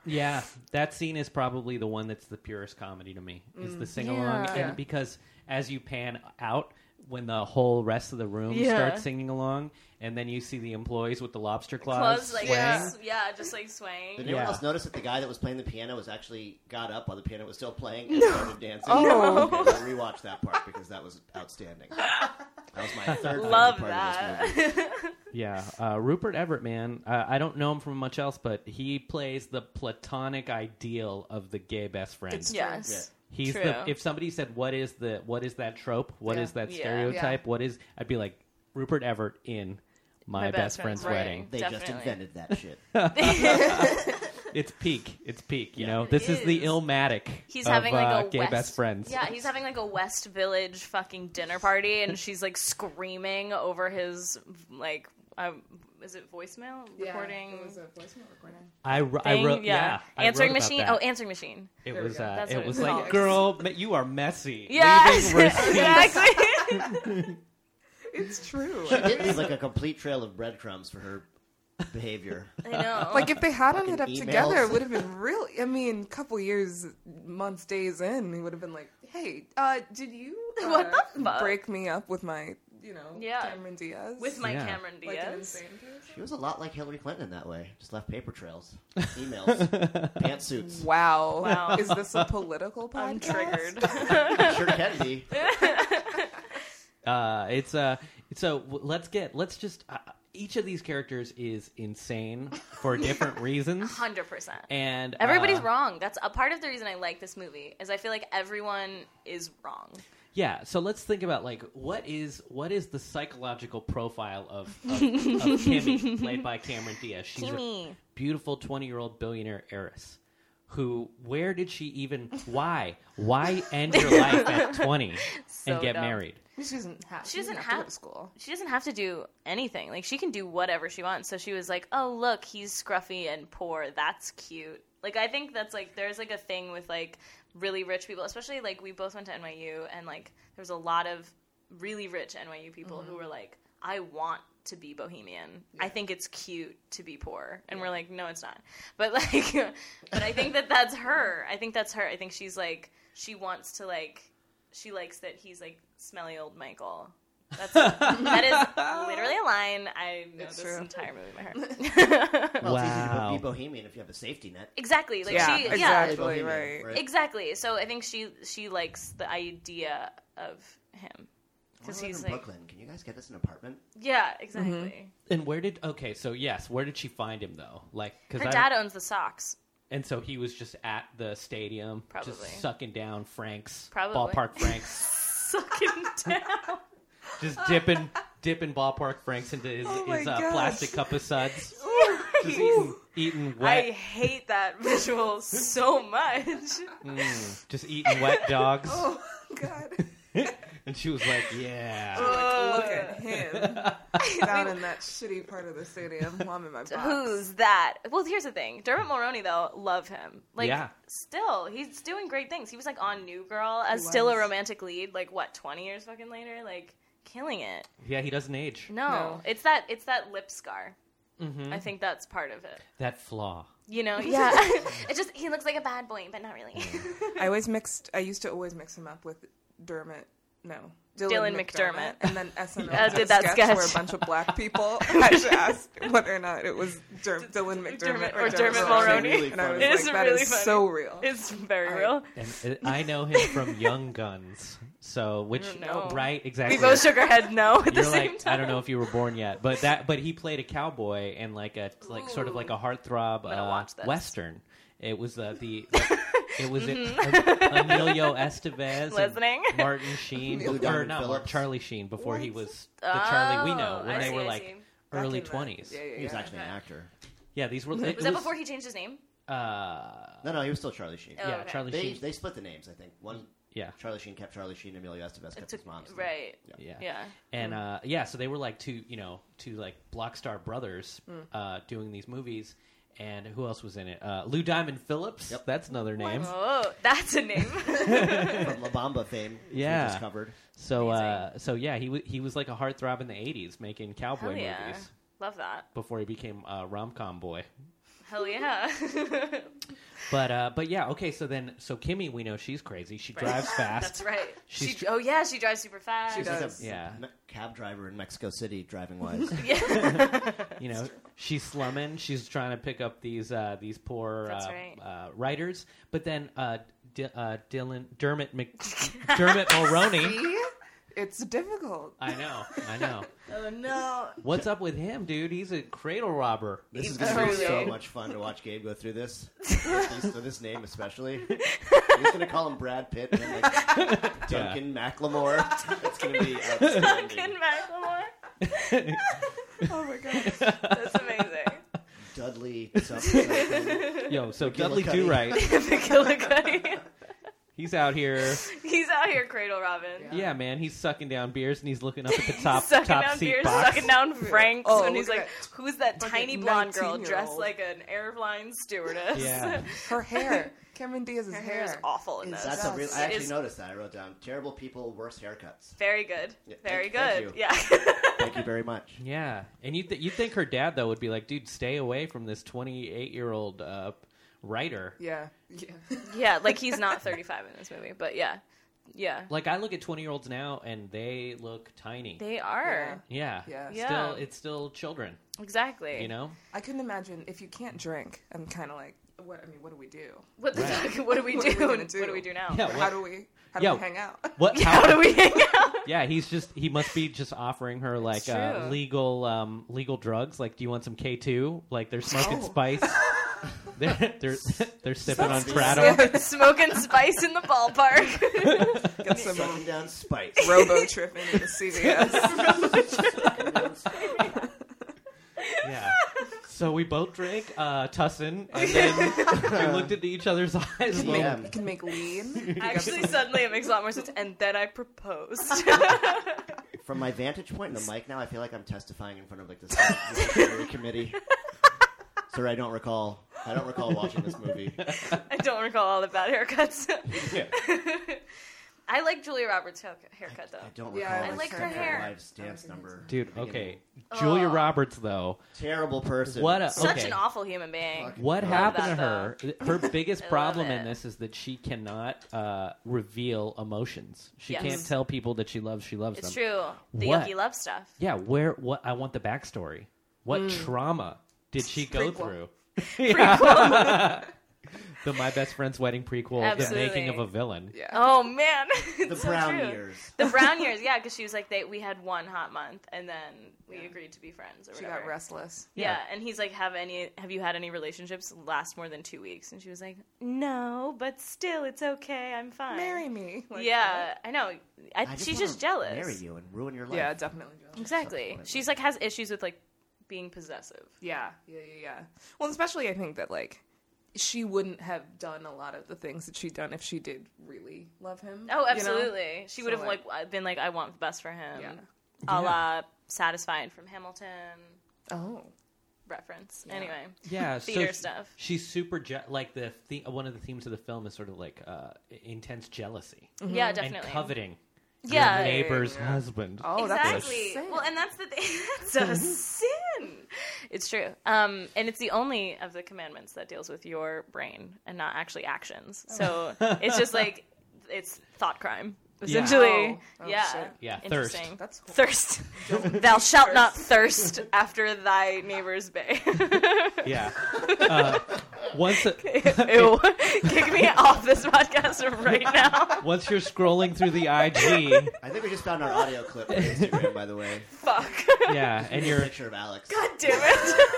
Speaker 3: Yeah, that scene is probably the one that's the purest comedy to me. Is the sing along,
Speaker 4: Mm. Yeah.
Speaker 5: Yeah.
Speaker 3: and because as you pan out, when the whole rest of the room
Speaker 4: Yeah.
Speaker 3: starts singing along, and then you see the employees with the lobster claws,
Speaker 4: Clubs, like,
Speaker 3: swaying.
Speaker 4: yeah. yeah, just like swaying.
Speaker 1: Did anyone
Speaker 3: Yeah.
Speaker 1: else notice that the guy that was playing the piano was actually got up while the piano was still playing and started dancing?
Speaker 5: No.
Speaker 1: Okay,
Speaker 5: [LAUGHS]
Speaker 1: I rewatched that part because that was outstanding. That was my
Speaker 4: [LAUGHS]
Speaker 1: third favorite
Speaker 4: Love
Speaker 1: part of this movie.
Speaker 4: that. [LAUGHS]
Speaker 3: Yeah, uh, Rupert Everett, man. Uh, I don't know him from much else, but he plays the platonic ideal of the gay best friend.
Speaker 5: It's-
Speaker 4: yes.
Speaker 3: He's
Speaker 4: true.
Speaker 3: the if somebody said what is the what is that trope? What is
Speaker 5: Yeah.
Speaker 3: that
Speaker 4: Yeah.
Speaker 3: stereotype? What is? I'd be like Rupert Everett in my, best, friend's wedding.
Speaker 4: [LAUGHS]
Speaker 1: They just
Speaker 4: Definitely.
Speaker 1: invented that
Speaker 5: [LAUGHS]
Speaker 1: shit.
Speaker 3: It's peak. It's peak. You
Speaker 1: Yeah.
Speaker 3: know, this is. the
Speaker 4: is.
Speaker 3: Illmatic.
Speaker 4: [LAUGHS] He's
Speaker 3: of,
Speaker 4: having like
Speaker 3: uh,
Speaker 4: a
Speaker 3: gay
Speaker 4: West,
Speaker 3: best friends.
Speaker 4: Yeah, he's having like a West Village fucking dinner party, and she's like screaming over his like, um, is it voicemail recording?
Speaker 5: It was a voicemail recording.
Speaker 3: I, wr- I
Speaker 4: thing?
Speaker 3: wrote. Yeah, I wrote
Speaker 4: answering
Speaker 3: about
Speaker 4: machine.
Speaker 3: that.
Speaker 4: Oh, answering machine.
Speaker 3: it
Speaker 5: There we
Speaker 3: was.
Speaker 5: go.
Speaker 3: Uh,
Speaker 4: That's what
Speaker 3: it
Speaker 4: it
Speaker 3: was
Speaker 4: was
Speaker 3: like,
Speaker 4: called.
Speaker 3: girl, ma- you are messy.
Speaker 4: [LAUGHS] Yes,
Speaker 3: Leaving receipts. [LAUGHS]
Speaker 4: exactly.
Speaker 5: It's true.
Speaker 1: [LAUGHS] She did leave like a complete trail of breadcrumbs for her behavior.
Speaker 4: [LAUGHS] I know.
Speaker 5: like if they hadn't hit up
Speaker 1: Fucking
Speaker 5: together,
Speaker 1: emails.
Speaker 5: it would have been real. I mean, couple years, months, days in, he would have been like, "Hey, uh, did you
Speaker 4: [LAUGHS]
Speaker 5: uh,
Speaker 4: What the fuck?
Speaker 5: break me up with my, you know,
Speaker 4: Yeah.
Speaker 5: Cameron Diaz
Speaker 4: with my
Speaker 3: Yeah.
Speaker 4: Cameron Diaz.
Speaker 5: like an insane person?"
Speaker 1: She was a lot like Hillary Clinton in that way. Just left paper trails,
Speaker 5: [LAUGHS]
Speaker 1: emails, pantsuits.
Speaker 5: Wow.
Speaker 4: Wow.
Speaker 5: Is this a political podcast?
Speaker 4: [LAUGHS] I'm triggered. [LAUGHS]
Speaker 1: Sure can be.
Speaker 3: uh, it's uh, so w- let's get let's just uh, each of these characters is insane for
Speaker 4: [LAUGHS]
Speaker 3: different reasons,
Speaker 4: Hundred percent.
Speaker 3: and uh,
Speaker 4: Everybody's wrong. That's a part of the reason I like this movie is I feel like everyone is wrong.
Speaker 3: Yeah, so let's think about like what is what is the psychological profile of,
Speaker 4: [LAUGHS]
Speaker 3: of, of Kimmy, played by Cameron Diaz. She's
Speaker 4: Kimmy.
Speaker 3: a beautiful twenty-year-old billionaire heiress. Who? Where did she even? Why? Why end your life at twenty
Speaker 4: [LAUGHS] So
Speaker 3: and get
Speaker 4: dumb.
Speaker 3: married? [LAUGHS]
Speaker 5: She doesn't have.
Speaker 4: She doesn't
Speaker 5: to go
Speaker 4: have-
Speaker 5: to school.
Speaker 4: She doesn't have to do anything. Like she can do whatever she wants. So she was like, "Oh, look, he's scruffy and poor. That's cute." Like I think that's like there's like a thing with like really rich people, especially like we both went to NYU and like there's a lot of really rich NYU people who were like, "I want to be bohemian. I think it's cute to be poor." And we're like, "No, it's not." But like [LAUGHS] but I think that that's her. I think that's her. I think she's like she wants to like she likes that he's like smelly old Michael. That's that is
Speaker 5: [LAUGHS]
Speaker 4: literally a line I know
Speaker 5: It's
Speaker 4: this
Speaker 5: true.
Speaker 4: entire movie
Speaker 5: [LAUGHS]
Speaker 4: by heart. [LAUGHS]
Speaker 1: Well, it's easy to
Speaker 3: Wow.
Speaker 1: be bohemian if you have a safety net.
Speaker 4: exactly, like
Speaker 5: Yeah,
Speaker 4: she, yeah,
Speaker 5: exactly.
Speaker 1: Bohemian,
Speaker 5: right.
Speaker 4: exactly. So I think she she likes the idea of him because
Speaker 1: I live
Speaker 4: he's
Speaker 1: in
Speaker 4: like,
Speaker 1: Brooklyn. Can you guys get us an apartment?
Speaker 4: yeah,
Speaker 5: Mm-hmm.
Speaker 4: exactly.
Speaker 3: And where did? Okay, so yes, where did she find him though? Like, because
Speaker 4: Her dad owns the socks.
Speaker 5: [LAUGHS]
Speaker 3: and so he was just at the stadium,
Speaker 4: Probably.
Speaker 3: just sucking down Franks,
Speaker 4: Probably.
Speaker 3: ballpark Franks.
Speaker 4: Sucking
Speaker 5: [LAUGHS]
Speaker 4: down.
Speaker 3: just dipping dipping ballpark franks into his,
Speaker 5: Oh my
Speaker 3: his uh,
Speaker 5: gosh.
Speaker 3: plastic cup of suds
Speaker 5: [LAUGHS]
Speaker 3: just
Speaker 4: Yikes.
Speaker 3: eating, eating
Speaker 4: I
Speaker 3: wet
Speaker 4: hate that visual so much.
Speaker 3: mm, just eating wet
Speaker 4: [LAUGHS]
Speaker 3: dogs
Speaker 5: Oh [LAUGHS] God!
Speaker 3: [LAUGHS] and she was like yeah
Speaker 5: Like, look
Speaker 4: [LAUGHS]
Speaker 5: at him down in that shitty part of the stadium. while
Speaker 4: [LAUGHS]
Speaker 5: I'm in my box.
Speaker 4: Who's that? Well, here's the thing. Dermot Mulroney, though, love him. Like,
Speaker 3: Yeah.
Speaker 4: still, he's doing great things. He was like on New Girl as still a
Speaker 5: was.
Speaker 4: romantic lead. Like, what, twenty years fucking later? Like, killing it.
Speaker 3: [LAUGHS] yeah he doesn't age
Speaker 4: No,
Speaker 5: No.
Speaker 4: it's that it's that lip scar.
Speaker 3: Mm-hmm.
Speaker 4: I think that's part of it.
Speaker 3: that flaw
Speaker 4: You know? [LAUGHS] Yeah. it's just he looks like a bad boy, but not really.
Speaker 3: Mm.
Speaker 4: [LAUGHS]
Speaker 5: I always mixed. I used to always mix him up with Dermot. No,
Speaker 4: Dylan McDermott.
Speaker 5: and then
Speaker 4: [LAUGHS]
Speaker 5: SNL
Speaker 4: Yeah,
Speaker 5: had
Speaker 4: did
Speaker 5: a
Speaker 4: that sketch.
Speaker 5: where a bunch of black people [LAUGHS] had to ask whether or not it was Derm- Dylan McDermott
Speaker 4: or Dermot Mulroney.
Speaker 5: Mulroney. And I was
Speaker 4: It is
Speaker 5: like, that is
Speaker 4: really funny.
Speaker 5: so real.
Speaker 4: It's very
Speaker 5: I-
Speaker 4: real.
Speaker 3: and uh, i know him from young guns So which
Speaker 4: know.
Speaker 3: right exactly.
Speaker 4: We both shook our head no
Speaker 3: [LAUGHS]
Speaker 4: at the
Speaker 3: You're
Speaker 4: same
Speaker 3: like
Speaker 4: time.
Speaker 3: I don't know if you were born yet, but that but he played a cowboy and like a like sort of like a heartthrob
Speaker 4: gonna
Speaker 3: uh,
Speaker 4: watch this.
Speaker 3: western. It was uh,
Speaker 4: [LAUGHS]
Speaker 3: the it was it, Emilio Estevez, and
Speaker 4: Mm-hmm. Listening.
Speaker 3: [LAUGHS] Martin Sheen,
Speaker 1: Neil
Speaker 3: before,
Speaker 1: Diamond
Speaker 3: not Mark,
Speaker 1: Phillips.
Speaker 3: Charlie Sheen before he
Speaker 5: What?
Speaker 3: was the Charlie we know
Speaker 4: Oh,
Speaker 3: when
Speaker 4: I
Speaker 3: they
Speaker 4: see,
Speaker 3: were
Speaker 4: I
Speaker 3: like
Speaker 4: see.
Speaker 5: Back
Speaker 3: early
Speaker 5: in the-
Speaker 3: twenties.
Speaker 5: Yeah, yeah, yeah.
Speaker 1: He was actually an
Speaker 4: Okay.
Speaker 1: actor.
Speaker 3: these were. it
Speaker 4: Was that before he changed his name?
Speaker 3: Uh,
Speaker 1: No, no, he was still Charlie Sheen.
Speaker 4: Oh,
Speaker 3: yeah,
Speaker 4: okay.
Speaker 3: Charlie
Speaker 1: They
Speaker 3: Sheen.
Speaker 1: they split the names. I think one
Speaker 3: Yeah,
Speaker 1: Charlie Sheen kept Charlie Sheen, Emilio Estevez kept
Speaker 4: took-
Speaker 1: his mom's. name.
Speaker 4: right.
Speaker 3: yeah,
Speaker 4: Yeah.
Speaker 3: and uh, yeah, so they were like two, you know, two like block star brothers uh, doing these movies. And who else was in it? Uh, Lou Diamond Phillips.
Speaker 1: Yep.
Speaker 3: That's another name.
Speaker 4: Oh, that's a
Speaker 3: [LAUGHS]
Speaker 4: name.
Speaker 1: From La Bamba fame. which we
Speaker 3: Yeah.
Speaker 1: just covered.
Speaker 3: So, uh, so yeah, he was he was like a heartthrob in the '80s, making cowboy
Speaker 4: Hell yeah.
Speaker 3: movies
Speaker 4: Love that.
Speaker 3: before he became a rom com boy.
Speaker 4: Hell yeah.
Speaker 3: But uh, but yeah, okay. So then, so Kimmy, we know she's crazy. She drives fast.
Speaker 4: [LAUGHS] that's right.
Speaker 3: She's
Speaker 4: She,
Speaker 3: tr-
Speaker 4: oh yeah, she drives super fast.
Speaker 5: She
Speaker 1: He's like a
Speaker 5: does.
Speaker 3: Yeah.
Speaker 1: me- cab driver in Mexico City, driving wise.
Speaker 4: [LAUGHS]
Speaker 3: [LAUGHS]
Speaker 4: Yeah. [LAUGHS]
Speaker 3: You know, she's slumming. She's trying to pick up these uh, these poor
Speaker 4: That's
Speaker 3: uh,
Speaker 4: right.
Speaker 3: uh, writers. But then uh, D- uh, Dylan Dermot Mc- [LAUGHS] Dermot
Speaker 4: [LAUGHS]
Speaker 3: Mulroney.
Speaker 5: See? It's difficult.
Speaker 3: I know, I know.
Speaker 4: oh no.
Speaker 3: What's up with him, dude? He's a cradle robber.
Speaker 1: this is going to be
Speaker 4: Truly.
Speaker 1: so much fun to watch Gabe go through
Speaker 4: [LAUGHS]
Speaker 1: this. so this name especially. He's going to call him Brad Pitt and
Speaker 4: [LAUGHS]
Speaker 1: then like Duncan McLemore. It's going to be
Speaker 4: Duncan
Speaker 1: outstanding.
Speaker 4: McLemore.
Speaker 3: [LAUGHS]
Speaker 5: Oh my god.
Speaker 4: That's
Speaker 3: [LAUGHS]
Speaker 4: amazing. [LAUGHS]
Speaker 1: Dudley something. something.
Speaker 3: Yo, so Dudley
Speaker 1: Cuddy.
Speaker 3: Do Right,
Speaker 4: McGillicuddy.
Speaker 3: he's out
Speaker 4: [LAUGHS]
Speaker 3: here.
Speaker 4: He's out here, Cradle Robin.
Speaker 3: Yeah, man, he's sucking down beers and he's looking up at
Speaker 4: [LAUGHS]
Speaker 3: the top
Speaker 4: sucking
Speaker 3: top
Speaker 4: down
Speaker 3: seat
Speaker 4: beers,
Speaker 3: box.
Speaker 4: [LAUGHS] sucking down Franks,
Speaker 5: Oh,
Speaker 4: and he's
Speaker 5: look
Speaker 4: like,
Speaker 5: at
Speaker 4: "Who's that
Speaker 5: Fucking
Speaker 4: tiny blonde girl
Speaker 5: 19-year-old.
Speaker 4: dressed like an airline stewardess?"
Speaker 3: Yeah.
Speaker 5: Her hair. Cameron
Speaker 4: [LAUGHS]
Speaker 5: Diaz's
Speaker 4: Her
Speaker 5: hair.
Speaker 4: hair is awful in
Speaker 5: is
Speaker 4: this.
Speaker 1: That's a real. I
Speaker 4: It
Speaker 1: actually
Speaker 4: is-
Speaker 1: noticed that. I wrote down terrible people, worse haircuts.
Speaker 4: very good,
Speaker 1: Yeah, thank-
Speaker 4: very
Speaker 1: thank
Speaker 4: good.
Speaker 1: you.
Speaker 4: Yeah,
Speaker 1: Thank you very much.
Speaker 3: Yeah, and you th- you think her dad though would be like, dude, stay away from this twenty eight year old uh, writer.
Speaker 5: Yeah. Yeah.
Speaker 4: yeah. Like he's not 35 in this movie, but yeah, yeah,
Speaker 3: Like I look at twenty year olds now and they look tiny.
Speaker 4: they are
Speaker 3: yeah,
Speaker 5: Yeah.
Speaker 4: Yeah.
Speaker 3: Still, it's still children.
Speaker 4: exactly.
Speaker 3: You know,
Speaker 5: I couldn't imagine if you can't drink, I'm kinda like what I mean, what do we do?
Speaker 4: what the
Speaker 3: Right.
Speaker 4: fuck? What do we do?
Speaker 5: What are we gonna do?
Speaker 4: What do we do now? [LAUGHS]
Speaker 3: yeah.
Speaker 5: How
Speaker 3: What?
Speaker 5: do we how do
Speaker 3: Yo.
Speaker 5: we
Speaker 3: [LAUGHS]
Speaker 5: hang out?
Speaker 3: what
Speaker 4: How do we hang out?
Speaker 3: Yeah, he's just he must be just offering her like uh,
Speaker 4: true.
Speaker 3: legal um, legal drugs. Like, do you want some K two? Like they're smoking
Speaker 5: Oh.
Speaker 3: spice. [LAUGHS] They're they're they're sipping on
Speaker 1: Sounds
Speaker 3: Prado.
Speaker 4: [LAUGHS] Smoking spice in the ballpark. [LAUGHS]
Speaker 5: Get some
Speaker 1: Sucking down spice.
Speaker 5: robo tripping into
Speaker 3: [LAUGHS]
Speaker 5: CVS.
Speaker 1: Sucking down spice.
Speaker 3: [LAUGHS] Yeah. So we both drank uh, Tussin,
Speaker 4: [LAUGHS]
Speaker 3: and [LAUGHS] then we looked into each other's [LAUGHS] eyes.
Speaker 5: You can
Speaker 1: Yeah.
Speaker 5: make- You can
Speaker 3: [LAUGHS]
Speaker 5: make lean.
Speaker 4: Actually, suddenly it makes a lot more sense. And then I proposed. [LAUGHS]
Speaker 1: From my vantage point in the mic now, I feel like I'm testifying in front of like this this
Speaker 5: [LAUGHS]
Speaker 1: committee. Sorry, I don't recall. I don't recall watching this movie.
Speaker 4: I don't recall all the bad haircuts.
Speaker 1: Yeah.
Speaker 4: [LAUGHS] I like Julia Roberts' hair- haircut though.
Speaker 1: I don't recall.
Speaker 5: Yeah, I
Speaker 1: my
Speaker 4: like her
Speaker 1: Saturday Night
Speaker 4: hair.
Speaker 1: Live's dance number.
Speaker 3: Dude,
Speaker 1: at the
Speaker 3: okay.
Speaker 1: beginning.
Speaker 3: Julia
Speaker 4: Ugh.
Speaker 3: Roberts, though.
Speaker 1: Terrible person.
Speaker 3: What a-
Speaker 4: Such
Speaker 3: Okay.
Speaker 4: an awful human being.
Speaker 1: Fuck.
Speaker 3: What
Speaker 1: Love
Speaker 3: happened
Speaker 4: that,
Speaker 3: to her?
Speaker 4: [LAUGHS]
Speaker 3: Her biggest
Speaker 4: I love
Speaker 3: problem
Speaker 4: it.
Speaker 3: in this is that she cannot uh, reveal emotions. She
Speaker 4: Yes.
Speaker 3: can't tell people that she loves. She loves
Speaker 4: It's
Speaker 3: them.
Speaker 4: true. The
Speaker 3: What?
Speaker 4: yucky love stuff.
Speaker 3: Yeah. Where? What? I want the backstory. What
Speaker 4: Mm.
Speaker 3: trauma did she go
Speaker 4: [LAUGHS]
Speaker 5: Prequel.
Speaker 3: through? Yeah. [LAUGHS] the My Best Friend's Wedding prequel,
Speaker 4: Absolutely.
Speaker 3: the making of a villain.
Speaker 5: Yeah.
Speaker 4: Oh man, [LAUGHS]
Speaker 1: The
Speaker 4: It's so
Speaker 1: brown
Speaker 4: true.
Speaker 1: years.
Speaker 5: [LAUGHS]
Speaker 4: The brown years, yeah, because she was like, they, we had one hot month, and then we
Speaker 5: Yeah.
Speaker 4: agreed to be friends or
Speaker 5: She
Speaker 4: whatever.
Speaker 5: got restless.
Speaker 4: Yeah.
Speaker 3: Yeah.
Speaker 4: and he's like, have any? Have you had any relationships last more than two weeks? And she was like, no, but still, it's okay. I'm fine.
Speaker 5: Marry me. Like,
Speaker 4: yeah, I know. I,
Speaker 1: I just
Speaker 4: she's
Speaker 1: wanna
Speaker 4: just jealous.
Speaker 1: Marry you and ruin your
Speaker 5: what?
Speaker 1: life.
Speaker 5: Yeah, definitely. jealous.
Speaker 4: Exactly.
Speaker 1: That's
Speaker 4: She's like has issues with like being possessive.
Speaker 5: Yeah, yeah, yeah, yeah. Well, especially I think that like she wouldn't have done a lot of the things that she done if she did really love him.
Speaker 4: Oh,
Speaker 5: you know?
Speaker 4: absolutely. She would
Speaker 5: So,
Speaker 4: have like,
Speaker 5: like-
Speaker 4: been like, I want the best for him.
Speaker 5: Yeah.
Speaker 4: A la
Speaker 3: Yeah.
Speaker 4: satisfied from Hamilton
Speaker 5: Oh,
Speaker 4: reference. Anyway. [LAUGHS]
Speaker 3: yeah
Speaker 4: theater
Speaker 3: she-
Speaker 4: stuff.
Speaker 3: she's super je- like the, the one of the themes of the film is sort of like uh, intense jealousy
Speaker 5: Mm-hmm.
Speaker 4: Yeah, definitely.
Speaker 3: and coveting
Speaker 4: Yeah.
Speaker 3: your neighbor's
Speaker 5: Yeah.
Speaker 3: husband
Speaker 5: oh, that's
Speaker 4: exactly.
Speaker 5: a sin. Mm-hmm.
Speaker 4: Well, and that's the thing. [LAUGHS] That's a sin. It's true. Um, and it's the only of the commandments that deals with your brain and not actually actions.
Speaker 5: Oh.
Speaker 4: So it's just like it's thought crime
Speaker 3: Yeah.
Speaker 4: essentially.
Speaker 5: Oh. Oh,
Speaker 4: yeah.
Speaker 5: shit.
Speaker 3: yeah thirst
Speaker 4: Interesting.
Speaker 5: that's cool.
Speaker 4: Thirst.
Speaker 5: [LAUGHS]
Speaker 4: Thou
Speaker 3: [LAUGHS]
Speaker 4: shalt not thirst after thy neighbor's bay.
Speaker 3: yeah Uh, once [LAUGHS]
Speaker 4: [LAUGHS] Ew. Kick me off this podcast
Speaker 3: [LAUGHS]
Speaker 4: right now.
Speaker 3: once you're scrolling through the IG,
Speaker 1: I think we just found our audio clip on
Speaker 5: [LAUGHS]
Speaker 1: Instagram, by the way.
Speaker 4: Fuck.
Speaker 3: yeah, and
Speaker 1: a
Speaker 3: you're
Speaker 1: picture of Alex.
Speaker 4: [LAUGHS] God damn it.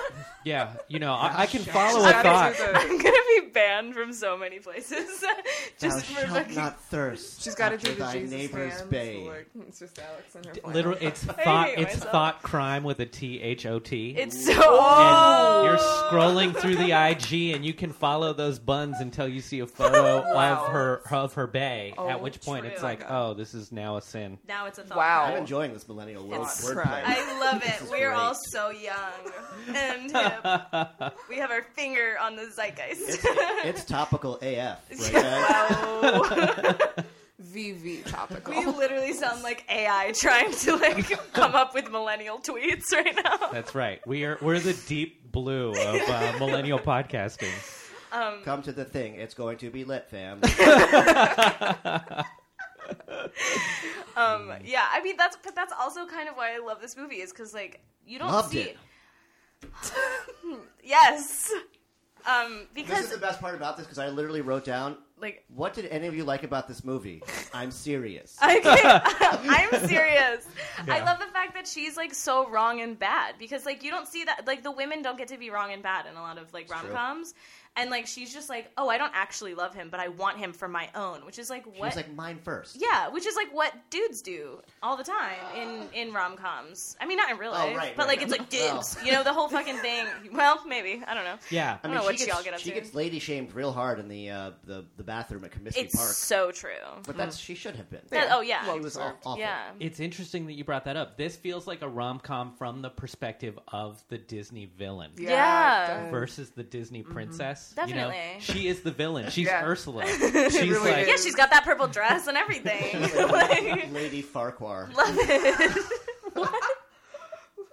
Speaker 3: yeah, you know, I, I can follow a
Speaker 5: Shout
Speaker 3: thought.
Speaker 5: out to the-
Speaker 4: I'm gonna be banned from so many places. [LAUGHS]
Speaker 1: Thou
Speaker 4: Just for
Speaker 1: shalt
Speaker 4: fucking.
Speaker 1: not thirst.
Speaker 5: She's got to
Speaker 1: after
Speaker 5: do the
Speaker 1: thy
Speaker 5: Jesus
Speaker 1: neighbor's
Speaker 5: hands.
Speaker 1: bay.
Speaker 5: Like, it's just Alex and her. flannel.
Speaker 3: Literally, [LAUGHS] it's thought. It's
Speaker 4: myself.
Speaker 3: thought crime with a T H O T.
Speaker 4: It's so.
Speaker 3: and you're scrolling through the IG and you can follow those buns until you see a [LAUGHS] photo
Speaker 5: Wow.
Speaker 3: of her of her bay. at which point
Speaker 4: true.
Speaker 3: it's like, oh, this is now a sin.
Speaker 4: Now it's a thought.
Speaker 5: Wow.
Speaker 1: I'm enjoying this millennial word,
Speaker 5: It's
Speaker 1: word
Speaker 5: crime.
Speaker 1: play.
Speaker 4: I love
Speaker 1: This
Speaker 4: it.
Speaker 1: is
Speaker 4: We're
Speaker 1: great.
Speaker 4: all
Speaker 1: [LAUGHS]
Speaker 4: so young and hip. We have our finger on the zeitgeist.
Speaker 1: It's topical AF,
Speaker 4: [LAUGHS]
Speaker 1: right, guys?
Speaker 4: Wow. [LAUGHS]
Speaker 5: VV topical.
Speaker 4: we
Speaker 5: [LAUGHS]
Speaker 4: literally sound like AI trying to like come up with millennial tweets right now.
Speaker 3: [LAUGHS] That's right. We are we're the deep blue of [LAUGHS] uh, millennial podcasting. [LAUGHS]
Speaker 1: Come to the thing. It's going to be lit,
Speaker 4: [LAUGHS]
Speaker 1: fam. Mm.
Speaker 4: Um, yeah, I mean that's but that's also kind of why I love this movie is because like you don't
Speaker 1: Loved
Speaker 4: see
Speaker 1: it.
Speaker 4: [LAUGHS] yes, um,
Speaker 1: This is
Speaker 4: because
Speaker 1: the best part about this because I literally wrote down,
Speaker 4: like [LAUGHS]
Speaker 1: what did any of you like about this movie? I'm serious. [LAUGHS]
Speaker 4: I can't, I'm serious. I
Speaker 3: Yeah.
Speaker 4: love the fact that she's like so wrong and bad because like you don't see that like the women don't get to be wrong and bad in a lot of like rom
Speaker 1: true.
Speaker 4: coms, and like she's just like oh I don't actually love him but I want him for my own which is like
Speaker 1: She was
Speaker 4: what
Speaker 1: like, mine first.
Speaker 4: yeah which is like what dudes do all the time in in rom coms I mean not in real life
Speaker 1: Oh, right,
Speaker 4: but
Speaker 1: right.
Speaker 4: like it's like
Speaker 1: Well.
Speaker 4: dudes you know the whole
Speaker 1: [LAUGHS]
Speaker 4: fucking thing well maybe I don't know
Speaker 3: Yeah.
Speaker 1: I
Speaker 4: don't
Speaker 1: mean,
Speaker 4: know what
Speaker 1: she,
Speaker 4: y'all
Speaker 1: gets,
Speaker 4: get up
Speaker 1: she
Speaker 4: to.
Speaker 1: gets lady shamed real hard in the uh, the, the bathroom at Comiskey
Speaker 4: it's
Speaker 1: Park.
Speaker 4: so true
Speaker 1: But that's she should have been.
Speaker 4: That- oh yeah
Speaker 1: She was aw- awful.
Speaker 4: yeah
Speaker 3: It's interesting that you brought that up. This feels like a rom com from the perspective of the Disney villain.
Speaker 4: Yeah.
Speaker 5: it does.
Speaker 3: Versus the Disney princess, You know,
Speaker 4: Oh. Mm-hmm. Definitely.
Speaker 3: she is the villain.
Speaker 4: [LAUGHS]
Speaker 3: She's
Speaker 5: Yeah.
Speaker 3: Ursula.
Speaker 5: It
Speaker 3: She's
Speaker 5: really
Speaker 3: like,
Speaker 4: yeah she's got that purple dress
Speaker 1: [LAUGHS]
Speaker 4: and everything [LAUGHS] like,
Speaker 1: Lady Farquhar.
Speaker 4: love it.
Speaker 1: [LAUGHS]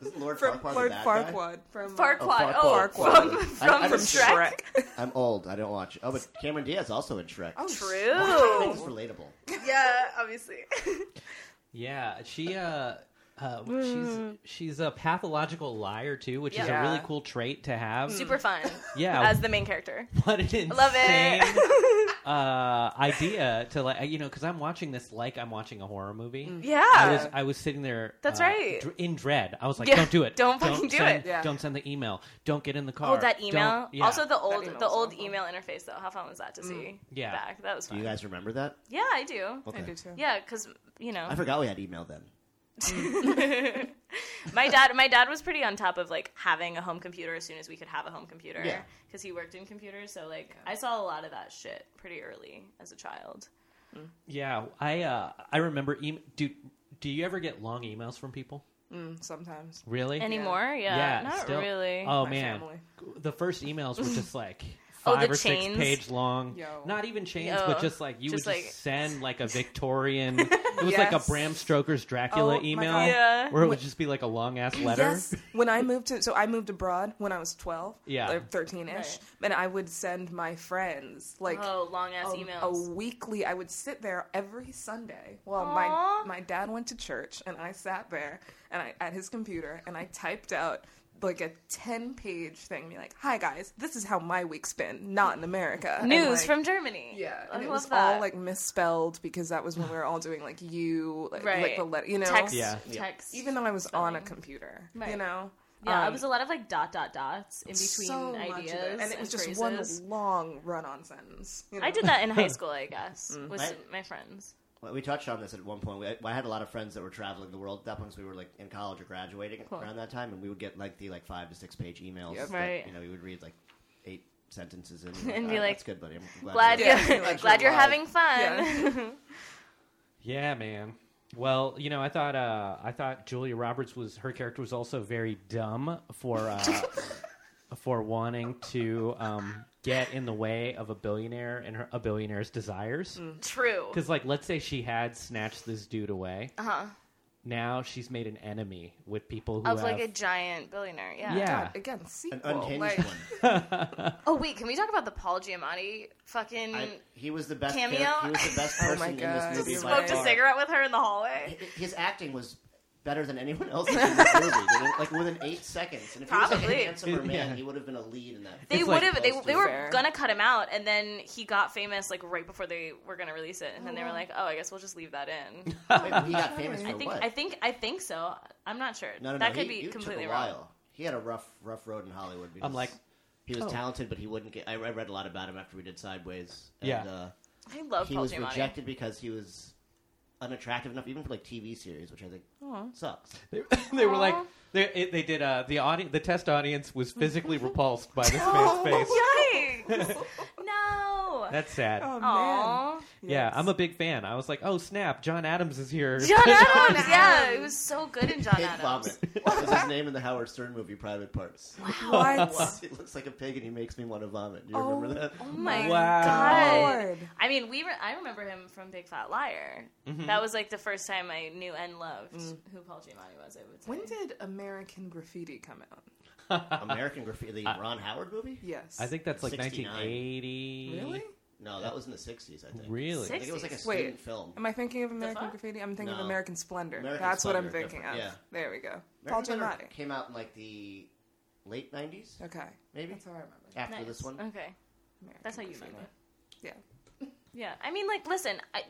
Speaker 1: Isn't Lord
Speaker 5: From
Speaker 1: Farquhar
Speaker 5: Lord
Speaker 1: the bad guy?
Speaker 5: Farquaad. From uh,
Speaker 4: Farquaad.
Speaker 1: Oh,
Speaker 4: Oh,
Speaker 1: Farquaad.
Speaker 4: from
Speaker 1: I- I
Speaker 4: from, from
Speaker 1: didn't see
Speaker 4: Shrek.
Speaker 1: I'm old. I don't watch. Oh, but Cameron Diaz also in Shrek.
Speaker 5: Oh,
Speaker 1: It's
Speaker 4: True.
Speaker 1: relatable.
Speaker 4: [LAUGHS] yeah, obviously.
Speaker 1: Hmm.
Speaker 3: Yeah, she uh, uh she's she's a pathological liar too, which is a
Speaker 4: Yeah.
Speaker 3: really cool trait to have.
Speaker 4: Super fun.
Speaker 3: Yeah,
Speaker 4: As the main character.
Speaker 1: Hmm.
Speaker 3: what an insane
Speaker 4: Love it. [LAUGHS]
Speaker 3: uh idea to like you know because I'm watching this like I'm watching a horror movie.
Speaker 4: Mm. Yeah.
Speaker 3: I was I was sitting there.
Speaker 4: That's
Speaker 3: uh,
Speaker 4: right.
Speaker 3: dr- in dread. I was like,
Speaker 4: Yeah,
Speaker 3: "Don't do it.
Speaker 4: [LAUGHS] don't fucking do
Speaker 3: send-
Speaker 4: it."
Speaker 5: Yeah.
Speaker 3: Don't send the email. Don't get in the car."
Speaker 4: Oh, that email.
Speaker 3: Don't- yeah. Mm.
Speaker 4: Also, the old
Speaker 5: email
Speaker 4: the
Speaker 5: was
Speaker 4: old
Speaker 5: awful.
Speaker 4: email interface though. How fun was that to see?
Speaker 3: Yeah.
Speaker 4: back that was
Speaker 1: Do
Speaker 4: fun.
Speaker 1: you guys remember that?
Speaker 4: yeah, I do.
Speaker 5: I do too.
Speaker 4: Yeah, because you know,
Speaker 1: I forgot we had email then.
Speaker 4: [LAUGHS] my dad my dad was pretty on top of like having a home computer as soon as we could have a home computer
Speaker 1: Yeah.
Speaker 4: because he worked in computers. So like, I saw a lot of that shit pretty early as a child.
Speaker 3: yeah. I uh I remember. Em- do do you ever get long emails from people?
Speaker 5: Sometimes.
Speaker 3: Really?
Speaker 4: Anymore? Yeah, uh, not
Speaker 3: still-
Speaker 4: really.
Speaker 3: Oh
Speaker 5: My
Speaker 3: man,
Speaker 5: family.
Speaker 3: the first emails were just like
Speaker 4: [LAUGHS] Oh,
Speaker 3: five
Speaker 4: the
Speaker 3: or six
Speaker 4: chains?
Speaker 3: page long.
Speaker 5: Yo.
Speaker 3: Not even chains,
Speaker 4: Yo.
Speaker 3: but just like you
Speaker 4: Just
Speaker 3: would
Speaker 4: like-
Speaker 3: just send like
Speaker 4: [LAUGHS]
Speaker 3: a Victorian. it was like a
Speaker 5: Yes.
Speaker 3: Bram Stoker's Dracula
Speaker 5: Oh, my
Speaker 3: email,
Speaker 5: God.
Speaker 4: Yeah.
Speaker 3: where it would just be like a long ass letter.
Speaker 5: Yes. When I moved to, so I moved abroad when I was 12,
Speaker 3: Yeah.
Speaker 5: like 13 ish,
Speaker 4: Right.
Speaker 5: and I would send my friends like
Speaker 4: Oh, long ass
Speaker 5: a,
Speaker 4: emails.
Speaker 5: a weekly. I would sit there every Sunday while
Speaker 4: Aw.
Speaker 5: my my dad went to church, and I sat there and I at his computer and I typed out like a ten page thing, be like, "Hi guys, this is how my week's been, not in America." And,
Speaker 4: News
Speaker 5: like,
Speaker 4: from Germany.
Speaker 5: yeah,
Speaker 4: I
Speaker 5: and it
Speaker 4: love
Speaker 5: was
Speaker 4: that.
Speaker 5: all like misspelled because that was when we were all doing like you, like,
Speaker 4: Right.
Speaker 5: like the letter, you know,
Speaker 4: text,
Speaker 3: Yeah.
Speaker 4: text.
Speaker 5: Even though I was on a computer, you
Speaker 4: Right.
Speaker 5: know,
Speaker 4: yeah,
Speaker 5: Um,
Speaker 4: it was a lot of like dot dot dots in between
Speaker 5: so much of it.
Speaker 4: ideas,
Speaker 5: and it was just
Speaker 4: phrases.
Speaker 5: one long run-on sentence. you
Speaker 4: I
Speaker 5: know?
Speaker 4: did that in high school, I guess,
Speaker 5: Mm.
Speaker 4: with
Speaker 1: I-
Speaker 4: some- my friends.
Speaker 1: Well, we touched on this at one point. We, I had a lot of friends that were traveling the world at that point, so we were like in college or graduating around that time, and we would get like the like five to six page emails.
Speaker 5: Yep.
Speaker 1: that,
Speaker 4: Right.
Speaker 1: You know, we would read like eight sentences
Speaker 4: [LAUGHS]
Speaker 1: in,
Speaker 4: And be
Speaker 1: "Ah,
Speaker 4: like,
Speaker 1: "That's good, buddy. I'm glad,
Speaker 4: Glad
Speaker 1: you're-"
Speaker 4: [LAUGHS]
Speaker 5: Yeah,
Speaker 4: you,
Speaker 5: like
Speaker 4: glad you're
Speaker 1: July.
Speaker 4: having fun.
Speaker 5: Yeah.
Speaker 3: Yeah, man. Well, you know, I thought uh, I thought Julia Roberts was her character was also very dumb for uh, for wanting to um, get in the way of a billionaire and her, a billionaire's desires.
Speaker 4: [LAUGHS]
Speaker 1: [LAUGHS]
Speaker 4: Mm. True.
Speaker 3: Because, like, let's say she had snatched this dude away. Uh huh. Now she's made an enemy with people who
Speaker 4: Uh-huh. Of
Speaker 3: have,
Speaker 4: like a giant billionaire. Yeah.
Speaker 3: yeah.
Speaker 5: God, again, sequel.
Speaker 1: An unhinged
Speaker 5: like,
Speaker 1: one.
Speaker 4: Oh wait, can we talk about the Paul Giamatti fucking [LAUGHS]
Speaker 1: I, he was the best.
Speaker 4: Cameo?
Speaker 1: character- He was the best
Speaker 5: Oh my
Speaker 1: person in
Speaker 5: God.
Speaker 1: this movie.
Speaker 5: Just
Speaker 1: by
Speaker 4: smoked a
Speaker 1: far.
Speaker 4: cigarette with her in the hallway?
Speaker 1: His acting was better than anyone else in this
Speaker 4: [LAUGHS]
Speaker 1: movie. Within- like within eight seconds. And if he was like,
Speaker 4: Probably.
Speaker 1: a handsomer man,
Speaker 3: Yeah.
Speaker 1: he would have been a lead in
Speaker 4: [LAUGHS]
Speaker 1: that.
Speaker 4: They
Speaker 3: It's
Speaker 4: would
Speaker 3: like-
Speaker 4: have. They,
Speaker 1: Close to
Speaker 4: they were
Speaker 5: fair.
Speaker 4: gonna cut him out, and then he got famous like right before they were gonna release it, and then they
Speaker 1: Uh-huh.
Speaker 4: were like, "Oh, I guess we'll just leave
Speaker 3: [LAUGHS]
Speaker 4: that in."
Speaker 1: Wait, he got famous for
Speaker 4: I think.
Speaker 1: what?
Speaker 4: I think. I think so. I'm not sure.
Speaker 1: no, no, no.
Speaker 4: that could
Speaker 1: he,
Speaker 4: be
Speaker 1: you
Speaker 4: completely
Speaker 1: took a
Speaker 4: wrong.
Speaker 1: while. He had a rough, rough road in Hollywood. Because
Speaker 3: like,
Speaker 1: he was
Speaker 3: oh.
Speaker 1: talented, but he wouldn't get. I, I read a lot about him after we did Sideways. And,
Speaker 3: Yeah.
Speaker 1: Uh,
Speaker 4: I love
Speaker 1: he
Speaker 4: Paul
Speaker 1: was
Speaker 4: Giamatti.
Speaker 1: rejected because he was unattractive enough, even for like TV series, which I think sucks.
Speaker 3: They, [LAUGHS] they were like they, it, they did. Uh, the audience, the test audience, was
Speaker 4: [LAUGHS]
Speaker 3: physically repulsed by this
Speaker 5: Oh.
Speaker 3: man's face.
Speaker 4: [LAUGHS]
Speaker 1: [LAUGHS]
Speaker 4: Yikes! no.
Speaker 3: That's sad.
Speaker 5: Oh man.
Speaker 4: Aww.
Speaker 3: yeah, I'm a big fan. I was like, oh snap, John Adams is here.
Speaker 4: John Adams. yeah, it was so good in John
Speaker 1: Pig
Speaker 4: Adams.
Speaker 1: vomit
Speaker 4: [LAUGHS]
Speaker 1: was his name in the Howard Stern movie Private Parts.
Speaker 5: [LAUGHS]
Speaker 3: [LAUGHS]
Speaker 1: [LAUGHS]
Speaker 5: What?
Speaker 1: He looks like a pig, and he makes me want to vomit. Do you
Speaker 5: Oh.
Speaker 1: remember that?
Speaker 4: [LAUGHS] Oh my
Speaker 3: Wow.
Speaker 4: god!
Speaker 5: Lord.
Speaker 4: I mean, we were. I remember him from Big Fat Liar.
Speaker 1: Mm-hmm.
Speaker 4: That was like the first time I knew and loved who Paul Giamatti was. I would say.
Speaker 5: When did American Graffiti come out?
Speaker 1: American Graffiti, the Ron Howard movie?
Speaker 5: Yes.
Speaker 3: I think that's like
Speaker 1: 69.
Speaker 3: 1980.
Speaker 5: Really?
Speaker 1: No, that was in the '60s, I think.
Speaker 3: Really?
Speaker 1: I think it was like a
Speaker 4: 60s.
Speaker 1: student
Speaker 5: Wait.
Speaker 1: film.
Speaker 5: Am I thinking of American
Speaker 4: fuck?
Speaker 5: Graffiti? I'm thinking
Speaker 1: No.
Speaker 5: of American Splendor.
Speaker 1: American
Speaker 5: that's what I'm
Speaker 1: Splendor,
Speaker 5: thinking
Speaker 1: different,
Speaker 5: of.
Speaker 1: yeah.
Speaker 5: There we go.
Speaker 1: American
Speaker 5: Paul
Speaker 1: Leonard
Speaker 5: Giamatti.
Speaker 1: came out in like the late '90s,
Speaker 5: Okay.
Speaker 1: maybe
Speaker 5: That's how I remember.
Speaker 1: after
Speaker 4: Nice.
Speaker 1: this one.
Speaker 4: Okay,
Speaker 5: American
Speaker 4: that's how you
Speaker 5: Graffiti.
Speaker 4: remember.
Speaker 5: Yeah.
Speaker 4: [LAUGHS] Yeah, I mean, like, listen, I,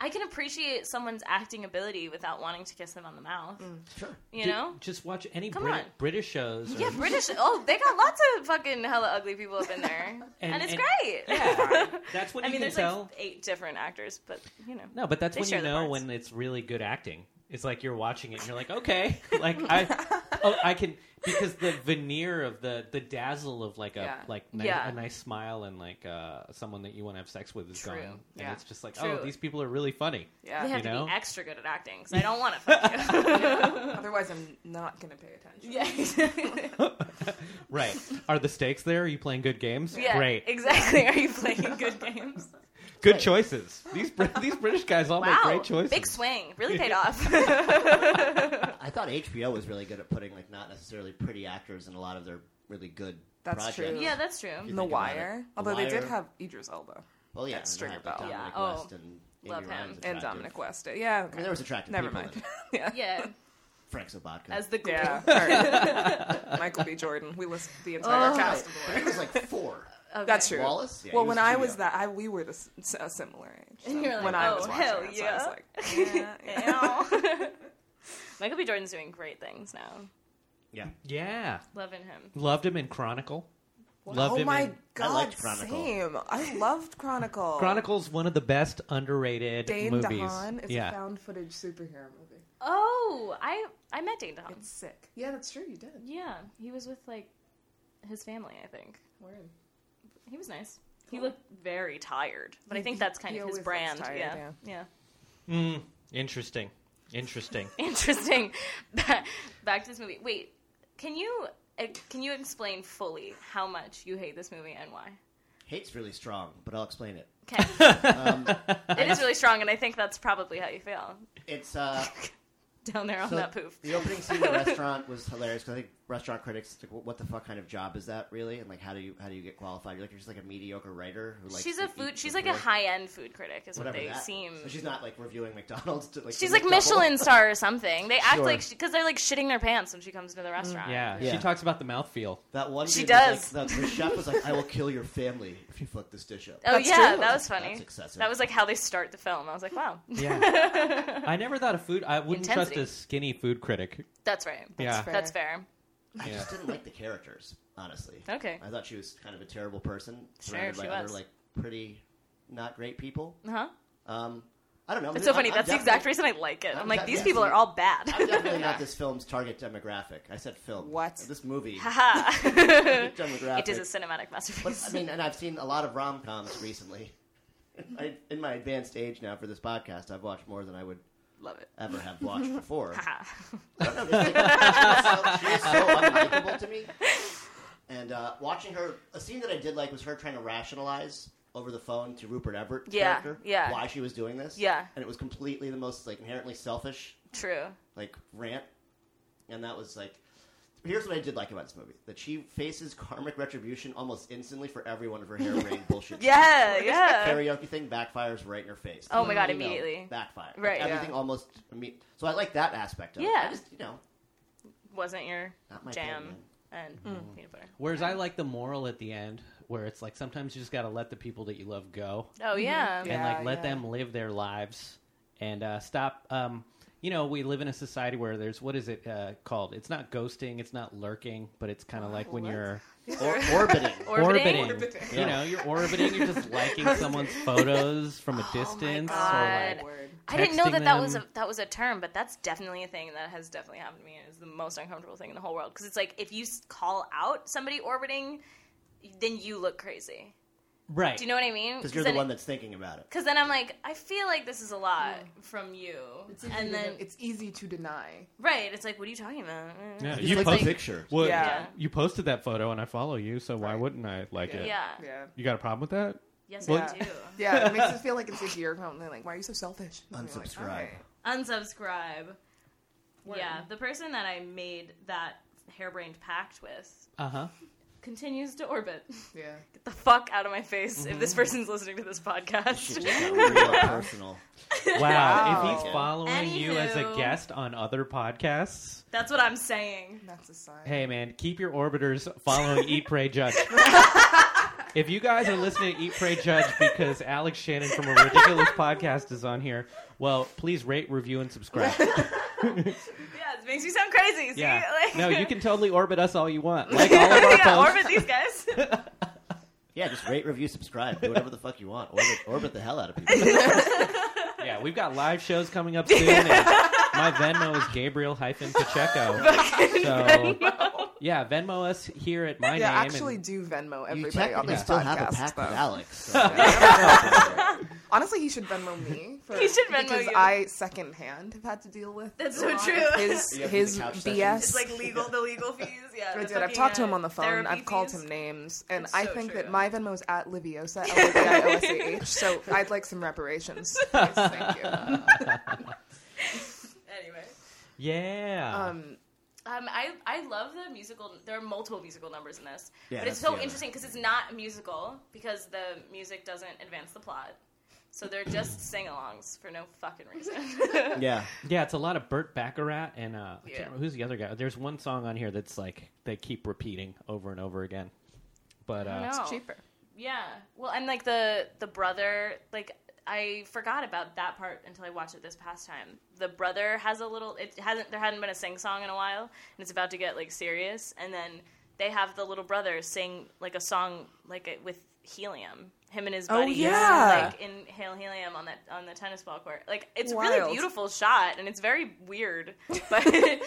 Speaker 4: I can appreciate someone's acting ability without wanting to kiss them on the mouth.
Speaker 1: Sure.
Speaker 4: You
Speaker 3: Dude,
Speaker 4: know?
Speaker 3: just watch any
Speaker 4: Come
Speaker 3: Brit-
Speaker 4: on.
Speaker 3: British shows. Or,
Speaker 4: Yeah, British. Oh, they got lots of fucking hella ugly people up in there, and,
Speaker 3: [LAUGHS]
Speaker 4: it's
Speaker 3: and-
Speaker 4: great.
Speaker 3: Yeah, that's when
Speaker 4: I
Speaker 3: you can
Speaker 4: mean, there's
Speaker 3: tell.
Speaker 4: like eight different actors, but you know.
Speaker 3: no, but that's
Speaker 4: they
Speaker 3: when you
Speaker 4: share the
Speaker 3: know
Speaker 4: parts.
Speaker 3: when it's really good acting. It's like you're watching it and you're like,
Speaker 4: [LAUGHS]
Speaker 3: okay, like I, oh, I can because the veneer of the the dazzle of like a
Speaker 5: Yeah.
Speaker 3: like nice,
Speaker 4: Yeah.
Speaker 3: a nice smile and like uh, someone that you want to have sex with is
Speaker 4: True.
Speaker 3: gone, and
Speaker 5: Yeah.
Speaker 3: it's just like,
Speaker 4: True.
Speaker 3: oh, these people are really
Speaker 4: [LAUGHS]
Speaker 3: funny. [LAUGHS]
Speaker 5: Yeah.
Speaker 4: They have
Speaker 3: You
Speaker 4: to
Speaker 3: know?
Speaker 4: be extra good at acting because [LAUGHS] I don't want to fuck
Speaker 5: [LAUGHS] Otherwise, I'm not gonna pay attention.
Speaker 4: you. [LAUGHS] yeah. [LAUGHS]
Speaker 3: Right? Are the stakes there? Are you playing good games?
Speaker 4: yeah.
Speaker 3: Great.
Speaker 4: Exactly. Are you playing good games?
Speaker 3: Good
Speaker 1: Right.
Speaker 3: choices. These Brit- these British guys all
Speaker 4: Wow.
Speaker 3: make great choices.
Speaker 4: Big swing. Really
Speaker 3: [LAUGHS]
Speaker 4: paid off.
Speaker 5: Uh-huh.
Speaker 1: I thought HBO was really good at putting like not necessarily pretty actors in a lot of their really good.
Speaker 5: That's
Speaker 1: projects.
Speaker 4: [LAUGHS]
Speaker 5: true.
Speaker 4: yeah, that's
Speaker 1: You
Speaker 4: true.
Speaker 5: The
Speaker 1: think about it.
Speaker 5: Wire.
Speaker 1: The
Speaker 5: Although they did
Speaker 1: Wire.
Speaker 5: have Idris Elba
Speaker 1: Well, yeah,
Speaker 5: That Stringer
Speaker 1: and, uh,
Speaker 5: Bell.
Speaker 1: Dominic
Speaker 4: Yeah.
Speaker 1: West
Speaker 4: Oh,
Speaker 1: and
Speaker 4: love
Speaker 1: Amy
Speaker 4: him.
Speaker 1: Ryan was
Speaker 5: and
Speaker 1: attractive.
Speaker 5: Dominic West. Yeah.
Speaker 1: I mean, there was attractive.
Speaker 5: Never
Speaker 1: people
Speaker 5: mind.
Speaker 1: in it.
Speaker 5: [LAUGHS] yeah.
Speaker 4: Yeah,
Speaker 1: Frank Sobotka.
Speaker 4: as the ghoul.
Speaker 5: Yeah. Or Michael B. Jordan. We list the entire
Speaker 4: Oh.
Speaker 5: cast.
Speaker 1: But [LAUGHS] I think it was like four.
Speaker 4: [LAUGHS] Okay.
Speaker 5: That's [LAUGHS] true.
Speaker 1: Wallace? Yeah,
Speaker 5: well,
Speaker 1: he
Speaker 5: when
Speaker 1: was
Speaker 5: I
Speaker 1: studio.
Speaker 5: was that, I we were the s- s- a similar age. So
Speaker 4: And you're like,
Speaker 5: when I
Speaker 4: "Oh,
Speaker 5: was watching
Speaker 4: hell
Speaker 5: it, so I was
Speaker 4: yeah."
Speaker 5: [LAUGHS] like, yeah, yeah.
Speaker 4: [LAUGHS]
Speaker 5: [LAUGHS]
Speaker 4: Ow. Michael B. Jordan's doing great things now.
Speaker 1: yeah,
Speaker 3: yeah,
Speaker 4: Loving him.
Speaker 3: loved him in Chronicle. Loved
Speaker 5: oh
Speaker 3: him
Speaker 5: my
Speaker 3: in-
Speaker 1: I
Speaker 5: god,
Speaker 1: liked Chronicle.
Speaker 5: same. I
Speaker 1: [LAUGHS]
Speaker 5: loved
Speaker 4: Oh.
Speaker 5: Chronicle.
Speaker 3: Chronicle's one of the best underrated
Speaker 5: Dane
Speaker 3: movies.
Speaker 5: DeHaan is a
Speaker 3: yeah.
Speaker 5: found footage superhero movie.
Speaker 4: Oh, I I met Dane DeHaan.
Speaker 5: It's sick. Yeah, that's true. You did.
Speaker 4: Yeah, he was with like his family, I think.
Speaker 5: Word.
Speaker 4: He was nice. He looked very tired, but I think that's kind
Speaker 5: He
Speaker 4: of his
Speaker 5: always looks
Speaker 4: brand.
Speaker 5: tired,
Speaker 4: yeah. yeah, [LAUGHS]
Speaker 3: Mm, interesting. Interesting.
Speaker 4: Interesting. Ba- Back to this movie. Wait, can you uh, can you explain fully how much you hate this movie and why?
Speaker 1: hate's really strong, but I'll explain
Speaker 5: [LAUGHS]
Speaker 1: it. [LAUGHS]
Speaker 4: Okay,
Speaker 1: Um,
Speaker 4: it is really strong, and I think that's probably how you feel
Speaker 1: it's
Speaker 5: [LAUGHS]
Speaker 1: uh,
Speaker 4: down there on
Speaker 1: so
Speaker 4: that poof.
Speaker 1: the opening scene of the restaurant was hilarious because I think restaurant critics, like, "Wh- what the fuck kind of job is that really? And like, how do you how do you get qualified? You're like you're just like a mediocre writer who like
Speaker 4: she's a food. She's like a high end food critic, is what they seem.
Speaker 1: So she's not like reviewing McDonald's. To, like
Speaker 4: She's
Speaker 1: to make
Speaker 4: like
Speaker 1: double. [LAUGHS]
Speaker 4: Michelin star or something. They act
Speaker 1: Sure. Mm,
Speaker 4: like because they're like shitting their pants when she comes into the restaurant.
Speaker 3: Yeah.
Speaker 1: Yeah.
Speaker 3: She talks about the mouthfeel.
Speaker 1: That one.
Speaker 4: She
Speaker 1: dude was
Speaker 4: does.
Speaker 1: Like, the, the chef was like, "I will kill your family if you fuck this dish up."
Speaker 4: Oh
Speaker 5: That's
Speaker 4: yeah,
Speaker 5: true.
Speaker 4: that was funny.
Speaker 1: That's excessive.
Speaker 4: That was like how they start the film. I was like, wow,
Speaker 3: Yeah. I never thought of food. I wouldn't
Speaker 4: Intensity.
Speaker 3: trust a skinny food critic.
Speaker 4: [LAUGHS] that's right.
Speaker 3: yeah.
Speaker 5: fair.
Speaker 4: That's fair.
Speaker 1: I
Speaker 3: Yeah.
Speaker 1: just didn't like the characters, honestly.
Speaker 4: Okay.
Speaker 1: I thought she was kind of a terrible person,
Speaker 4: Sure,
Speaker 1: surrounded
Speaker 4: she
Speaker 1: by other
Speaker 4: was.
Speaker 1: like pretty, not great people.
Speaker 4: Uh huh.
Speaker 1: Um, I don't know.
Speaker 4: It's so funny.
Speaker 1: I'm- I'm
Speaker 4: that's the exact
Speaker 1: definitely-
Speaker 4: reason I like it. I'm
Speaker 1: I'm
Speaker 4: like,
Speaker 1: def-
Speaker 4: these
Speaker 1: yeah,
Speaker 4: people
Speaker 1: see,
Speaker 4: are all bad.
Speaker 1: I'm definitely not this film's target demographic. I said film.
Speaker 5: What?
Speaker 1: This
Speaker 4: [LAUGHS]
Speaker 1: movie
Speaker 4: [LAUGHS]
Speaker 1: [LAUGHS]
Speaker 4: Haha.
Speaker 1: demographic.
Speaker 4: it is a cinematic
Speaker 1: But,
Speaker 4: masterpiece.
Speaker 1: I mean, and I've seen a lot of rom coms recently. I, in my advanced age now for this podcast, I've watched more than I would
Speaker 4: [LAUGHS] love it.
Speaker 1: ever have watched
Speaker 4: [LAUGHS]
Speaker 1: before.
Speaker 4: Haha.
Speaker 1: I don't know. Just like, she was so, she was so unlikable to me. And uh, watching her, a scene that I did like was her trying to rationalize over the phone to Rupert Everett
Speaker 4: Yeah,
Speaker 1: character
Speaker 4: yeah.
Speaker 1: why she was doing this.
Speaker 4: Yeah.
Speaker 1: and it was completely the most like inherently selfish
Speaker 4: True.
Speaker 1: like rant, and that was like here's what I did like about this movie: that she faces karmic retribution almost instantly for every one of her hair
Speaker 4: [LAUGHS]
Speaker 1: brain bullshit.
Speaker 4: Yeah, yeah.
Speaker 1: karaoke thing backfires right in her face.
Speaker 4: Oh my God,
Speaker 1: You know,
Speaker 4: immediately.
Speaker 1: backfire. Like,
Speaker 4: Right,
Speaker 1: everything almost. imme- so I like that aspect of it.
Speaker 4: Yeah.
Speaker 1: I just you know
Speaker 4: [LAUGHS] Wasn't your
Speaker 1: not my
Speaker 4: jam [LAUGHS]
Speaker 1: thing,
Speaker 4: and peanut butter.
Speaker 3: Whereas I like the moral at the end, where it's like sometimes you just got to let the people that you love go
Speaker 4: Oh yeah.
Speaker 5: Yeah.
Speaker 3: and like let
Speaker 5: yeah.
Speaker 3: them live their lives and uh, stop. Um, you know, we live in a society where there's what is it uh, called? It's not ghosting, it's not lurking, but it's kind of like when you're
Speaker 5: [LAUGHS]
Speaker 1: man.
Speaker 5: Oh
Speaker 1: Or, orbiting.
Speaker 4: Orbiting?
Speaker 3: orbiting.
Speaker 5: Orbiting.
Speaker 3: You know, you're orbiting. You're just
Speaker 4: [LAUGHS]
Speaker 3: liking someone's photos from a distance.
Speaker 4: Oh God.
Speaker 3: Or like,
Speaker 5: Word.
Speaker 4: I didn't know
Speaker 3: texting
Speaker 4: that that was a
Speaker 3: them.
Speaker 4: that was a term, but that's definitely a thing that has definitely happened to me. and It's the most uncomfortable thing in the whole world because it's like if you s- call out somebody orbiting, then you look crazy.
Speaker 3: right.
Speaker 4: Do you know what I mean?
Speaker 1: Because you're the
Speaker 4: then,
Speaker 1: one that's thinking about it.
Speaker 4: Because then I'm like, I feel like this is a lot from you,
Speaker 5: It's easy
Speaker 4: and
Speaker 5: to-
Speaker 4: then
Speaker 5: it's easy to deny.
Speaker 4: right, it's like, what are you talking about?
Speaker 3: Yeah,
Speaker 1: It's
Speaker 3: you
Speaker 1: like
Speaker 3: posted-
Speaker 1: the picture.
Speaker 3: Well,
Speaker 5: Yeah.
Speaker 3: you posted that photo, and I follow you, so why
Speaker 5: Right.
Speaker 3: wouldn't I like it?
Speaker 4: Yeah.
Speaker 5: Yeah.
Speaker 3: You got a problem with that?
Speaker 4: Yes,
Speaker 5: Well-
Speaker 4: I do.
Speaker 5: Yeah, it makes us feel like it's like you're not like, why are you so selfish? And you're
Speaker 1: Unsubscribe.
Speaker 5: alright.
Speaker 4: Unsubscribe.
Speaker 5: Word.
Speaker 4: Yeah, the person that I made that harebrained pact with
Speaker 3: Uh
Speaker 4: [LAUGHS]
Speaker 3: huh.
Speaker 4: continues to orbit.
Speaker 5: Yeah.
Speaker 4: Get the fuck out of my face if
Speaker 3: Mm-hmm.
Speaker 4: this person's listening to this
Speaker 1: Shit
Speaker 4: podcast.
Speaker 1: just got real
Speaker 4: [LAUGHS]
Speaker 1: personal.
Speaker 3: Wow.
Speaker 5: Wow.
Speaker 3: If he's following you as a
Speaker 4: Anywho.
Speaker 3: guest on other podcasts,
Speaker 4: That's what I'm saying.
Speaker 5: That's a sign.
Speaker 3: hey man, keep your orbiters
Speaker 5: [LAUGHS]
Speaker 3: following Eat Pray Judge. if you guys are listening to Eat Pray Judge because Alex Shannon from a
Speaker 5: [LAUGHS]
Speaker 3: ridiculous podcast is on here, well, please rate, review, and
Speaker 5: [LAUGHS]
Speaker 3: subscribe.
Speaker 4: Yeah, it makes me sound crazy. See?
Speaker 3: Yeah.
Speaker 4: [LAUGHS] Like,
Speaker 3: No, you can [LAUGHS] totally orbit us all you want.
Speaker 5: [LAUGHS]
Speaker 3: Like all of our
Speaker 4: yeah,
Speaker 3: posts.
Speaker 4: orbit these
Speaker 3: [LAUGHS]
Speaker 4: guys.
Speaker 1: Yeah, just rate, review, subscribe, do whatever the fuck you want. Orbit, orbit the hell out of
Speaker 4: [LAUGHS]
Speaker 1: people.
Speaker 3: Yeah, we've got live shows coming up soon. and my Venmo is Gabriel hyphen
Speaker 5: [LAUGHS]
Speaker 3: Pacheco. so yeah, Venmo us here at my
Speaker 5: Yeah,
Speaker 3: name.
Speaker 5: actually
Speaker 3: and
Speaker 5: do Venmo
Speaker 1: you
Speaker 5: everybody on
Speaker 1: technically
Speaker 5: this
Speaker 1: still
Speaker 5: podcast.
Speaker 1: have a pact with
Speaker 5: though. [LAUGHS]
Speaker 1: Alex. so-
Speaker 4: [LAUGHS]
Speaker 5: Honestly, he should Venmo me. For,
Speaker 4: He should Venmo
Speaker 5: because
Speaker 4: you.
Speaker 5: I secondhand have had to deal
Speaker 4: [LAUGHS]
Speaker 5: with
Speaker 4: That's
Speaker 5: a
Speaker 4: so
Speaker 5: lot
Speaker 4: true.
Speaker 5: of [LAUGHS] His
Speaker 1: Yeah,
Speaker 5: his
Speaker 1: the couch sessions.
Speaker 5: BS.
Speaker 4: It's like legal, the legal fees. Yeah,
Speaker 5: I
Speaker 4: the
Speaker 5: did. I've
Speaker 4: fucking,
Speaker 5: talked to him
Speaker 4: uh,
Speaker 5: on the phone.
Speaker 4: therapy
Speaker 5: I've called
Speaker 4: fees.
Speaker 5: him names, and
Speaker 4: It's
Speaker 5: I
Speaker 4: so
Speaker 5: think
Speaker 4: true.
Speaker 5: that my Venmo is at Liviosa, L I V I O S A
Speaker 4: [LAUGHS]
Speaker 5: H. So I'd like some reparations. Please, thank you.
Speaker 4: Anyway,
Speaker 3: yeah.
Speaker 5: Um,
Speaker 4: um, I I love the musical. There are multiple musical numbers in this,
Speaker 1: Yeah,
Speaker 4: but it's
Speaker 1: that's
Speaker 4: so
Speaker 1: the other.
Speaker 4: interesting because it's not a musical because the music doesn't advance the plot. So they're just sing-alongs for no fucking reason.
Speaker 3: [LAUGHS]
Speaker 4: [LAUGHS]
Speaker 1: yeah.
Speaker 3: yeah, it's a lot of Burt Baccarat and uh, I
Speaker 4: Yeah.
Speaker 3: can't remember who's the other guy. There's one song on here that's like they keep repeating over and over again. But
Speaker 4: I
Speaker 3: uh,
Speaker 4: know.
Speaker 5: cheaper.
Speaker 4: Yeah. Well, and like the the brother, like I forgot about that part until I watched it this past time. The brother has a little. It hasn't. There hadn't been a sing song in a while, and it's about to get like serious. And then they have the little brother sing like a song like a, with helium. Him and his
Speaker 5: Oh,
Speaker 4: buddies
Speaker 5: yeah.
Speaker 4: like inhale helium on that on the tennis ball court. Like it's a really
Speaker 5: Wild.
Speaker 4: beautiful shot, and it's very
Speaker 5: [LAUGHS]
Speaker 4: weird, but [LAUGHS]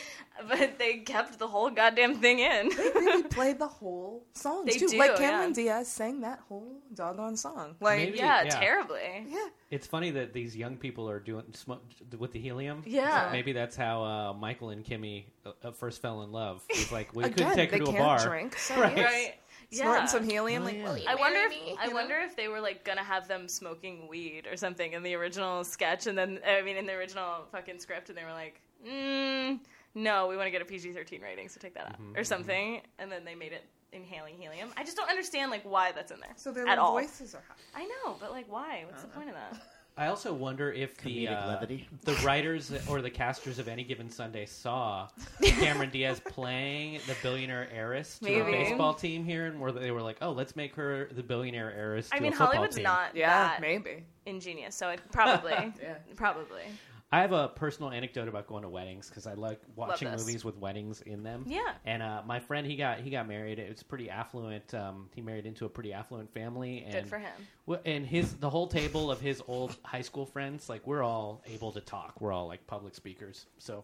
Speaker 4: but they kept the whole goddamn thing in. [LAUGHS]
Speaker 5: really play the whole song
Speaker 4: They
Speaker 5: too.
Speaker 4: do,
Speaker 5: like
Speaker 4: yeah.
Speaker 5: Cameron Diaz sang that whole doggone song. Like
Speaker 3: Maybe-
Speaker 4: yeah,
Speaker 3: Yeah.
Speaker 4: terribly.
Speaker 5: yeah,
Speaker 3: it's funny that these young people are doing sm- with the helium.
Speaker 4: Yeah.
Speaker 3: So maybe that's how uh, Michael and Kimmy uh, uh, first fell in love. It's like we
Speaker 5: again
Speaker 3: couldn't take her
Speaker 5: they
Speaker 3: to a
Speaker 5: can't
Speaker 3: bar.
Speaker 5: drink. So
Speaker 3: [LAUGHS] Right.
Speaker 5: yeah.
Speaker 4: Right.
Speaker 5: Snorting some helium, like
Speaker 1: yeah.
Speaker 5: will you
Speaker 4: I wonder
Speaker 5: marry
Speaker 4: if
Speaker 5: me?
Speaker 4: I
Speaker 5: You know?
Speaker 4: wonder if they were like gonna have them smoking weed or something in the original sketch, and then I mean in the original fucking script, and they were like, mm, "No, we want to get a PG thirteen rating, so take that out
Speaker 3: Mm-hmm,
Speaker 4: or something," and then they made it inhaling helium. I just don't understand like why that's in there
Speaker 5: So their
Speaker 4: at
Speaker 5: little
Speaker 4: all.
Speaker 5: voices are high.
Speaker 4: I know, but like why? What's the
Speaker 5: Uh-huh.
Speaker 4: point of that?
Speaker 3: I also wonder if the
Speaker 1: Comedic
Speaker 3: uh,
Speaker 1: levity.
Speaker 3: the writers or the casters of any given Sunday
Speaker 4: [LAUGHS]
Speaker 3: saw Cameron Diaz playing the billionaire heiress to a
Speaker 4: Maybe.
Speaker 3: baseball team here, and where they were like, "Oh, let's make her the billionaire heiress." To
Speaker 4: I mean,
Speaker 3: a football
Speaker 4: Hollywood's
Speaker 3: team.
Speaker 4: not
Speaker 5: Yeah,
Speaker 4: that
Speaker 5: maybe.
Speaker 4: ingenious, so it
Speaker 5: [LAUGHS]
Speaker 4: probably,
Speaker 5: [GASPS] Yeah.
Speaker 4: probably,
Speaker 3: I have a personal anecdote about going to weddings because I like watching
Speaker 4: this.
Speaker 3: movies with weddings in them.
Speaker 4: Yeah.
Speaker 3: And uh, my friend, he got he got married. It was pretty affluent. Um, he married into a pretty affluent family. And
Speaker 4: good for him.
Speaker 3: Well, and his the whole table of his old high school friends, like we're all able to talk. We're all like public speakers, so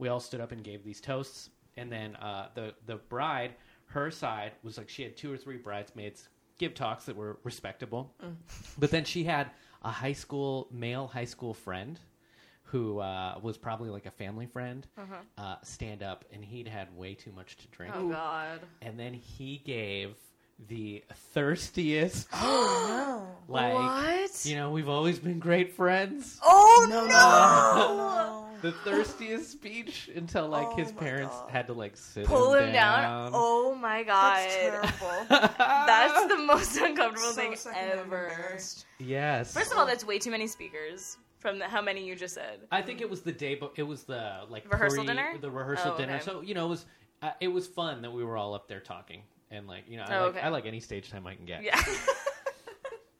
Speaker 3: we all stood up and gave these toasts. And then uh, the the bride, her side was like she had two or three bridesmaids give talks that were respectable,
Speaker 4: Mm.
Speaker 3: but then she had a high school male high school friend who uh, was probably like a family friend uh, stand up, and he'd had way too much to drink
Speaker 4: Uh-huh. Oh God,
Speaker 3: and then he gave the
Speaker 4: [GASPS]
Speaker 3: thirstiest. like
Speaker 5: Oh,
Speaker 4: What? Oh.
Speaker 3: you know, we've always been great friends.
Speaker 5: Oh no! no.
Speaker 3: the thirstiest speech until like his
Speaker 5: Oh my
Speaker 3: parents
Speaker 5: God.
Speaker 3: had to like sit
Speaker 4: Pull
Speaker 3: him
Speaker 4: him down. Oh my god.
Speaker 5: That's terrible.
Speaker 4: [LAUGHS] That's the most uncomfortable
Speaker 5: So
Speaker 4: thing
Speaker 5: second hand
Speaker 4: ever.
Speaker 5: embarrassed.
Speaker 3: [LAUGHS] yes.
Speaker 4: First of all, that's way too many speakers from the, how many you just said.
Speaker 3: I think it was the day, but it was the like
Speaker 4: Rehearsal
Speaker 3: pre-
Speaker 4: dinner?
Speaker 3: The rehearsal
Speaker 4: Oh,
Speaker 3: dinner.
Speaker 4: okay.
Speaker 3: So you know, it was uh, it was fun that we were all up there talking and like you know, I,
Speaker 4: Oh,
Speaker 3: like,
Speaker 4: okay.
Speaker 3: I like any stage time I can get.
Speaker 4: Yeah.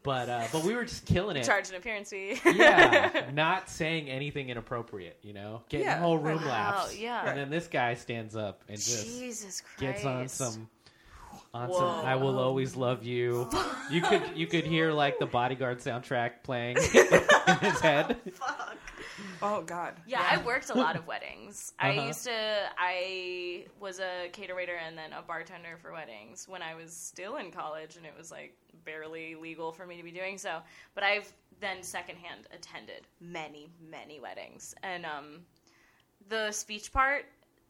Speaker 3: But uh, but we were just killing it.
Speaker 4: [LAUGHS] Charge an appearance fee. [LAUGHS]
Speaker 3: yeah, not saying anything inappropriate. You know, getting
Speaker 5: Yeah,
Speaker 3: whole room
Speaker 5: right.
Speaker 3: laughs.
Speaker 4: Wow, yeah.
Speaker 3: And then this guy stands up and just
Speaker 4: Jesus Christ.
Speaker 3: gets on some on
Speaker 4: Whoa.
Speaker 3: some I will always love you. You could you could hear like the bodyguard soundtrack
Speaker 4: [LAUGHS]
Speaker 3: playing in his head.
Speaker 5: Oh God.
Speaker 4: Yeah, I worked a lot of weddings.
Speaker 3: Uh-huh.
Speaker 4: I used to, I was a caterator and then a bartender for weddings when I was still in college, and it was like barely legal for me to be doing so. But I've then secondhand attended many, many weddings, and um, the speech part,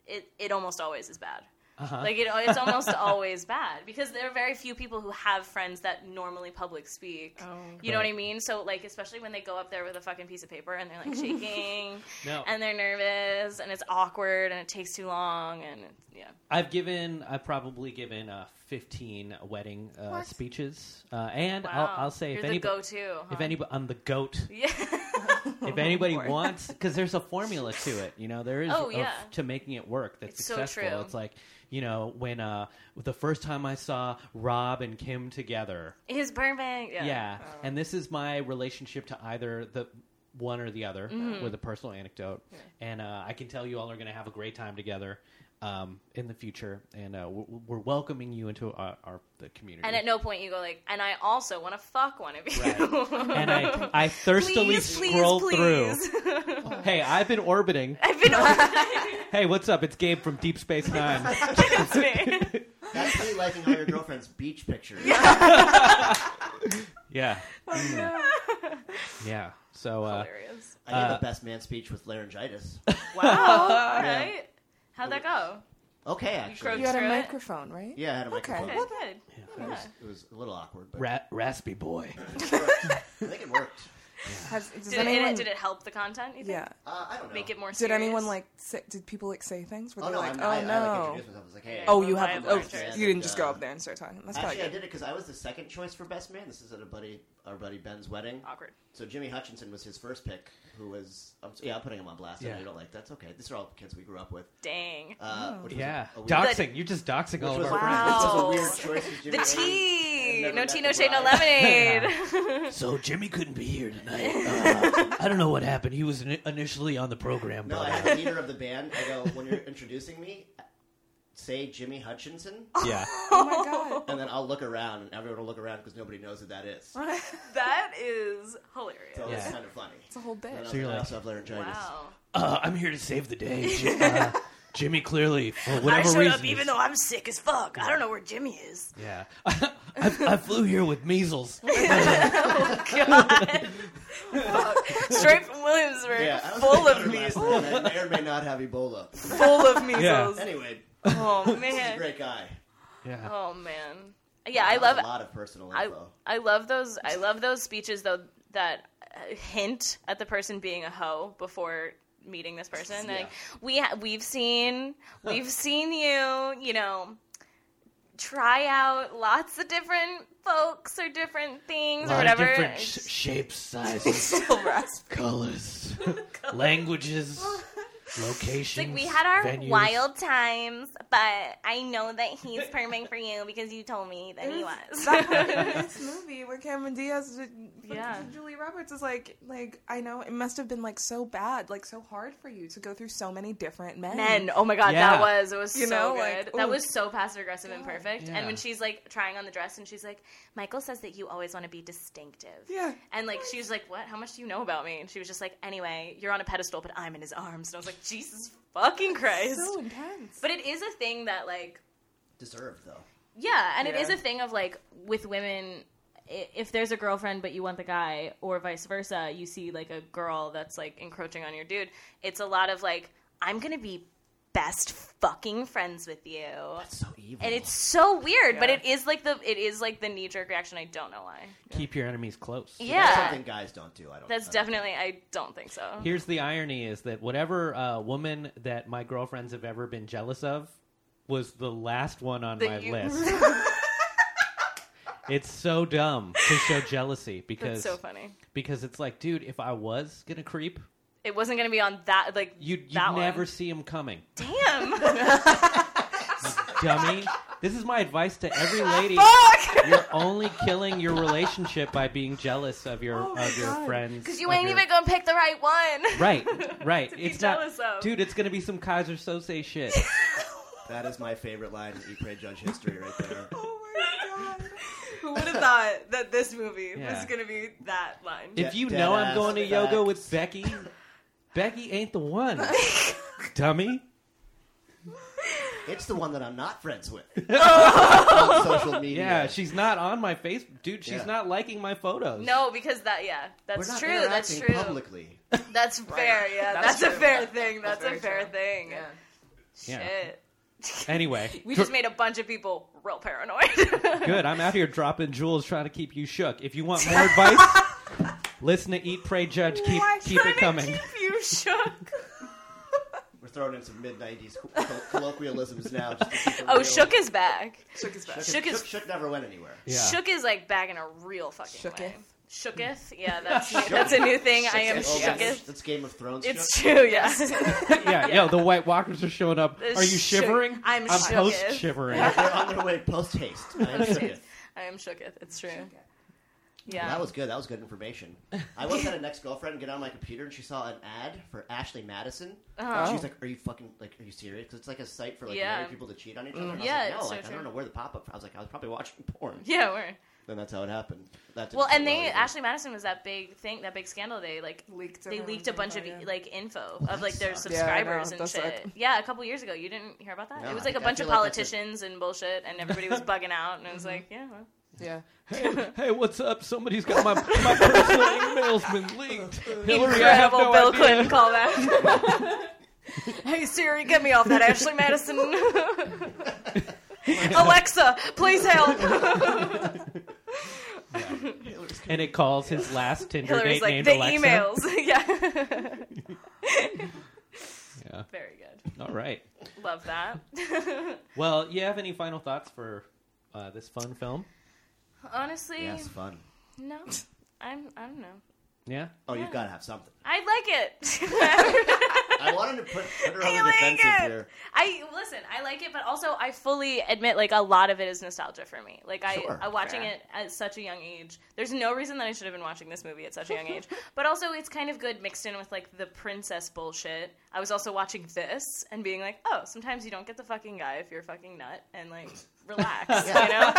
Speaker 4: it it almost always is bad.
Speaker 3: Uh-huh.
Speaker 4: Like it,
Speaker 3: [LAUGHS]
Speaker 4: it's almost always bad because there are very few people who have friends that normally public speak. You know what
Speaker 3: Oh,
Speaker 4: I
Speaker 3: Right.
Speaker 4: mean? So like, especially when they go up there with a fucking piece of paper and they're
Speaker 3: [LAUGHS]
Speaker 4: like shaking
Speaker 3: No.
Speaker 4: and they're nervous and it's awkward and it takes too long and it's- yeah.
Speaker 3: I've given, I've probably given uh, 15 wedding uh,
Speaker 5: What?
Speaker 3: speeches. Uh, and
Speaker 4: Wow.
Speaker 3: I'll, I'll say,
Speaker 4: You're
Speaker 3: if
Speaker 4: the
Speaker 3: anybody,
Speaker 4: go-to, huh?
Speaker 3: if anybody, I'm the goat.
Speaker 4: [LAUGHS] yeah, [LAUGHS]
Speaker 3: If anybody
Speaker 5: Lord.
Speaker 3: wants, because there's a formula to it, you know, there is
Speaker 4: Oh,
Speaker 3: a-
Speaker 4: yeah.
Speaker 3: to making it work that's
Speaker 4: It's so
Speaker 3: successful.
Speaker 4: true.
Speaker 3: It's like, you know, when uh, the first time I saw Rob and Kim together,
Speaker 4: his Burbank. Yeah.
Speaker 3: yeah,
Speaker 1: Um,
Speaker 3: and this is my relationship to either the one or the other uh,
Speaker 4: Mm-hmm.
Speaker 3: with a personal anecdote, and uh, I can tell you all are going to have a great time together. Um, in the future, and uh, we're, we're welcoming you into our, our the community.
Speaker 4: And at no point you go like, and I also want to fuck one of you.
Speaker 3: and
Speaker 4: [LAUGHS]
Speaker 3: I, I thirstily
Speaker 4: please, please,
Speaker 3: scroll
Speaker 4: please. [LAUGHS]
Speaker 3: through. Hey, I've been orbiting.
Speaker 4: I've been
Speaker 3: Hey, what's up? It's Gabe from Deep Space Nine.
Speaker 4: [LAUGHS] That's me.
Speaker 3: [LAUGHS]
Speaker 1: That's me liking all your girlfriend's beach pictures.
Speaker 3: yeah, yeah. So, uh,
Speaker 4: Hilarious.
Speaker 1: I did
Speaker 3: Uh,
Speaker 1: the best man speech with laryngitis.
Speaker 4: Wow. Right? How'd that go?
Speaker 1: Okay,
Speaker 4: croaked
Speaker 1: actually.
Speaker 5: You had a
Speaker 4: Screw it.
Speaker 5: microphone, right?
Speaker 1: yeah, I had a
Speaker 5: Okay.
Speaker 1: microphone.
Speaker 4: Good. good.
Speaker 1: It, was, it was a little awkward, but
Speaker 3: ra- raspy boy.
Speaker 1: it worked. I think it
Speaker 5: [LAUGHS]
Speaker 1: worked.
Speaker 5: Has, does
Speaker 4: Did,
Speaker 5: anyone?
Speaker 4: it, did it help the content? You think?
Speaker 5: yeah.
Speaker 1: Uh, I don't know.
Speaker 4: Make it more
Speaker 5: Did
Speaker 4: serious.
Speaker 5: anyone like? Say, did people like say things? Were
Speaker 1: Oh
Speaker 5: they
Speaker 1: no!
Speaker 5: like,
Speaker 1: I'm,
Speaker 5: oh
Speaker 1: I,
Speaker 5: no?
Speaker 1: I, like, introduced myself. I was like, hey.
Speaker 5: oh,
Speaker 4: I
Speaker 5: you
Speaker 4: love
Speaker 5: have.
Speaker 4: my
Speaker 5: Oh,
Speaker 4: interest.
Speaker 5: you didn't just go
Speaker 1: And, uh,
Speaker 5: up there and start talking. That's probably
Speaker 1: Actually, I did
Speaker 5: good.
Speaker 1: it because I was the second choice for best man. This is at a buddy, our buddy Ben's wedding.
Speaker 4: Awkward.
Speaker 1: So Jimmy Hutchinson was his first pick, who was I'm, yeah, I'm putting him on blast. I know
Speaker 3: Yeah.
Speaker 1: you don't like that's okay. These are all kids we grew up with.
Speaker 4: Dang.
Speaker 5: Oh.
Speaker 1: Uh, which was
Speaker 3: Yeah,
Speaker 1: a, a weird-
Speaker 3: doxing. You're just doxing
Speaker 1: Which
Speaker 3: all
Speaker 1: was,
Speaker 3: of
Speaker 1: a,
Speaker 3: our
Speaker 4: Wow.
Speaker 1: which was a weird choice. 'cause Jimmy
Speaker 4: the
Speaker 1: Hutchinson- I've
Speaker 4: tea.
Speaker 1: never
Speaker 4: No
Speaker 1: met
Speaker 4: tea,
Speaker 1: the
Speaker 4: no shade, no
Speaker 1: bride. [LAUGHS]
Speaker 4: lemonade.
Speaker 3: friends. [LAUGHS] So Jimmy couldn't be here
Speaker 4: [LAUGHS]
Speaker 3: tonight. Uh, I don't know what happened. He was in- initially on the program,
Speaker 1: No, I have the leader of the band. I go when you're introducing me, say Jimmy Hutchinson,
Speaker 3: uh, yeah.
Speaker 5: Oh my [LAUGHS] god.
Speaker 1: and then I'll look around, and everyone will look around because nobody knows who that is. So
Speaker 4: that is hilarious.
Speaker 1: it's
Speaker 3: Yeah.
Speaker 1: kind of funny.
Speaker 5: It's a [LAUGHS] whole bit.
Speaker 1: And I
Speaker 3: So you're
Speaker 1: I
Speaker 3: like-
Speaker 1: also have laryngitis.
Speaker 4: Wow.
Speaker 3: Uh, I'm here to save the day. Ji-
Speaker 4: [LAUGHS]
Speaker 3: uh, Jimmy clearly, for whatever
Speaker 4: I showed
Speaker 3: reason,
Speaker 4: up even
Speaker 3: is-
Speaker 4: though I'm sick as fuck. I don't know where Jimmy is.
Speaker 3: yeah, [LAUGHS] I, I flew here with
Speaker 4: [LAUGHS]
Speaker 3: measles.
Speaker 1: [LAUGHS]
Speaker 4: God. Straight from Williamsburg.
Speaker 1: Yeah, I was
Speaker 4: full of
Speaker 1: thinking
Speaker 4: measles.
Speaker 1: about her last night. I may or may not have Ebola. [LAUGHS]
Speaker 4: Full of measles.
Speaker 1: Anyway,
Speaker 4: Oh,
Speaker 1: he's a
Speaker 4: man.
Speaker 1: great guy.
Speaker 3: Yeah,
Speaker 4: Oh, man. Yeah, I love
Speaker 1: a lot of personal info.
Speaker 4: I love those. I love those speeches though that uh, hint at the person being a hoe before meeting this person. They're Like we ha- we've seen we've seen you. You know, try out lots of different folks or different things or
Speaker 3: lot of
Speaker 4: whatever.
Speaker 3: different
Speaker 4: It's
Speaker 3: sh- shapes,
Speaker 4: [LAUGHS]
Speaker 3: sizes,
Speaker 5: Still raspy.
Speaker 3: colors, languages, locations.
Speaker 4: like we had our
Speaker 3: venues.
Speaker 4: wild times, but I know that he's perming for you because you told me
Speaker 3: [LAUGHS]
Speaker 4: that he [LAUGHS]
Speaker 5: That part in
Speaker 4: was.
Speaker 5: this movie where Cameron Diaz,
Speaker 4: Yeah.
Speaker 5: yeah. Julie Roberts is like, like I know it must have been like so bad, like so hard for you to go through so many different men.
Speaker 4: Men. Oh my god,
Speaker 3: Yeah.
Speaker 4: that was it was
Speaker 5: You
Speaker 4: so
Speaker 5: know,
Speaker 4: good.
Speaker 5: like,
Speaker 4: that
Speaker 5: ooh.
Speaker 4: was so passive aggressive and perfect.
Speaker 3: Yeah.
Speaker 4: And when she's like trying on the dress and she's like, Michael says that you always want to be distinctive.
Speaker 5: Yeah.
Speaker 4: And like she was like, What? How much do you know about me? And she was just like, Anyway, you're on a pedestal, but I'm in his arms. And I was like, Jesus fucking Christ.
Speaker 5: So intense.
Speaker 4: but it is a thing that like
Speaker 1: Deserved though.
Speaker 4: yeah, and it
Speaker 5: Yeah.
Speaker 4: is a thing of like with women, i- if there's a girlfriend but you want the guy, or vice versa, you see like a girl that's like encroaching on your dude. It's a lot of like, I'm gonna be best fucking friends with you.
Speaker 1: That's so evil.
Speaker 4: And it's so weird, but
Speaker 5: Yeah.
Speaker 4: it is like the it is like the knee jerk reaction. I don't know why.
Speaker 3: Keep your enemies close.
Speaker 1: That's
Speaker 4: Yeah,
Speaker 1: something guys don't do. I don't.
Speaker 4: that's
Speaker 1: I don't-
Speaker 4: definitely. I don't think so.
Speaker 3: Here's the irony: is that whatever uh, woman that my girlfriends have ever been jealous of was the last one on
Speaker 4: That
Speaker 3: my
Speaker 4: you- [LAUGHS]
Speaker 3: list. it's so dumb to show jealousy
Speaker 4: That's
Speaker 3: because
Speaker 4: so funny.
Speaker 3: because it's like, dude, if I was gonna creep,
Speaker 4: It wasn't gonna be on that like
Speaker 3: you'd, you'd
Speaker 4: that
Speaker 3: never
Speaker 4: one.
Speaker 3: see him coming,
Speaker 4: [LAUGHS] Damn.
Speaker 3: dummy. This is my advice to
Speaker 4: [LAUGHS]
Speaker 3: every lady.
Speaker 4: Fuck.
Speaker 3: You're only killing your relationship by being jealous of your
Speaker 4: Oh
Speaker 3: of your friends.
Speaker 4: Because you
Speaker 3: of
Speaker 4: ain't
Speaker 3: your-
Speaker 4: even gonna pick the right one.
Speaker 3: right, right.
Speaker 4: [LAUGHS] to be
Speaker 3: it's not,
Speaker 4: jealous of.
Speaker 3: dude. It's gonna be some Kaiser Sose shit.
Speaker 1: That is my favorite line in Eat, Pray, Judge history right
Speaker 4: [LAUGHS]
Speaker 1: there.
Speaker 5: Oh my god.
Speaker 4: Who would have thought that this movie
Speaker 3: Yeah.
Speaker 4: was gonna be that line?
Speaker 3: If
Speaker 1: De-
Speaker 3: you
Speaker 1: dead
Speaker 3: know I'm
Speaker 1: ass
Speaker 3: going to
Speaker 1: facts.
Speaker 3: yoga with Becky, Becky ain't the
Speaker 4: [LAUGHS]
Speaker 3: one, dummy.
Speaker 1: It's the one that I'm not friends
Speaker 4: [LAUGHS]
Speaker 1: with. on social media.
Speaker 3: Yeah, she's not on my Facebook, dude. She's
Speaker 1: Yeah.
Speaker 3: not liking my photos.
Speaker 4: [LAUGHS] No, because that yeah,
Speaker 1: We're
Speaker 4: that's
Speaker 1: not
Speaker 4: true. That's
Speaker 1: interacting
Speaker 4: true.
Speaker 1: publicly.
Speaker 4: That's fair. Yeah,
Speaker 5: That's
Speaker 4: that's, a
Speaker 5: true.
Speaker 4: fair thing. That's,
Speaker 5: That's
Speaker 4: a
Speaker 5: very
Speaker 4: fair
Speaker 5: true.
Speaker 4: thing.
Speaker 5: Yeah.
Speaker 3: Yeah.
Speaker 4: Shit.
Speaker 3: Anyway,
Speaker 4: [LAUGHS] We just made a bunch of people real paranoid.
Speaker 3: [LAUGHS]
Speaker 4: [LAUGHS]
Speaker 3: good. I'm out here dropping jewels, trying to keep you shook. If you want more advice, listen to Eat, Pray, Judge. Keep keep it coming.
Speaker 4: you shook.
Speaker 1: We're throwing in some mid '90s co- colloquialisms now. Just to keep it
Speaker 4: [LAUGHS] Oh,
Speaker 1: real.
Speaker 4: shook is back.
Speaker 5: Shook his back.
Speaker 1: Shook,
Speaker 4: Shook is-
Speaker 1: shook, shook never went anywhere.
Speaker 3: yeah.
Speaker 4: Shook is like back in a real fucking way.
Speaker 5: Shooketh.
Speaker 4: Shooketh. Yeah, [LAUGHS] that's that's a new thing. I am
Speaker 1: Oh, that's,
Speaker 4: shooketh.
Speaker 1: that's Game of Thrones.
Speaker 4: It's [LAUGHS]
Speaker 1: shook.
Speaker 4: true. Yes.
Speaker 3: yeah, yo, the White Walkers are showing up.
Speaker 4: It's
Speaker 3: Are you
Speaker 4: shook-
Speaker 3: shivering?
Speaker 4: I'm shooketh.
Speaker 3: post shivering.
Speaker 1: They're on their way post haste. I am shooketh.
Speaker 4: I am shooketh. It's true.
Speaker 1: That
Speaker 4: [LAUGHS] Yeah.
Speaker 1: was good. That was good information. I once had an ex girlfriend get on my computer and she saw an ad for Ashley Madison.
Speaker 4: Oh.
Speaker 1: And She was like, "Are you fucking like? Are you serious? 'Cause it's like a site for like
Speaker 4: Yeah. Mm.
Speaker 1: married people to cheat on each other." And
Speaker 4: Yeah,
Speaker 1: I was like,
Speaker 4: it's
Speaker 1: no,
Speaker 4: so
Speaker 1: like I
Speaker 4: true.
Speaker 1: don't know where the pop up. I was like, I was probably watching porn.
Speaker 4: Yeah. We're.
Speaker 1: Then that's how it happened. That didn't
Speaker 4: Well,
Speaker 1: go
Speaker 4: and they
Speaker 1: either.
Speaker 4: Ashley Madison was that big thing, that big scandal. They like
Speaker 5: Leaked
Speaker 4: they leaked a
Speaker 5: everyone's
Speaker 4: bunch of e-,
Speaker 5: info, yeah.
Speaker 4: like info of like their
Speaker 1: sucks.
Speaker 5: Yeah, I know.
Speaker 4: subscribers and
Speaker 5: That
Speaker 4: shit.
Speaker 5: sucked.
Speaker 4: Yeah, a couple years ago, you didn't hear about that.
Speaker 1: No,
Speaker 4: it was
Speaker 1: I
Speaker 4: like a
Speaker 1: think- I
Speaker 4: bunch of
Speaker 1: feel like that's a-
Speaker 4: politicians and bullshit, and everybody was bugging out, and it was like, yeah,
Speaker 1: [LAUGHS]
Speaker 4: well,
Speaker 5: Yeah.
Speaker 3: hey, hey, what's up? Somebody's got my my personal emails been leaked. Hillary, I have
Speaker 4: incredible
Speaker 3: no
Speaker 4: Bill
Speaker 3: idea.
Speaker 4: Clinton callback.
Speaker 1: [LAUGHS]
Speaker 4: hey Siri, get me off that Ashley Madison. [LAUGHS] Alexa, please help. [LAUGHS]
Speaker 3: And it calls his last Tinder
Speaker 4: Hillary's
Speaker 3: date
Speaker 4: like
Speaker 3: named
Speaker 4: the
Speaker 3: Alexa.
Speaker 4: emails. yeah, [LAUGHS]
Speaker 3: Yeah.
Speaker 4: very good.
Speaker 3: All right.
Speaker 4: Love that. [LAUGHS]
Speaker 3: Well, you have any final thoughts for uh, this fun film?
Speaker 4: Honestly,
Speaker 1: Yes, fun.
Speaker 4: no, I'm I don't know.
Speaker 3: Yeah.
Speaker 1: Oh, you've got to have something.
Speaker 4: I [LAUGHS] like it.
Speaker 1: I wanted to put, put her on
Speaker 4: I
Speaker 1: the
Speaker 4: like
Speaker 1: defensive
Speaker 4: it.
Speaker 1: here.
Speaker 4: I listen. I like it, but also I fully admit like a lot of it is nostalgia for me. Like I,
Speaker 1: Sure.
Speaker 4: I watching
Speaker 5: Fair.
Speaker 4: it at such a young age. There's no reason that I should have been watching this movie at such a young
Speaker 1: [LAUGHS]
Speaker 4: age. But also it's kind of good mixed in with like the princess bullshit. I was also watching this and being like, oh, sometimes you don't get the fucking guy if you're a fucking nut and like
Speaker 1: [LAUGHS]
Speaker 4: relax, you know,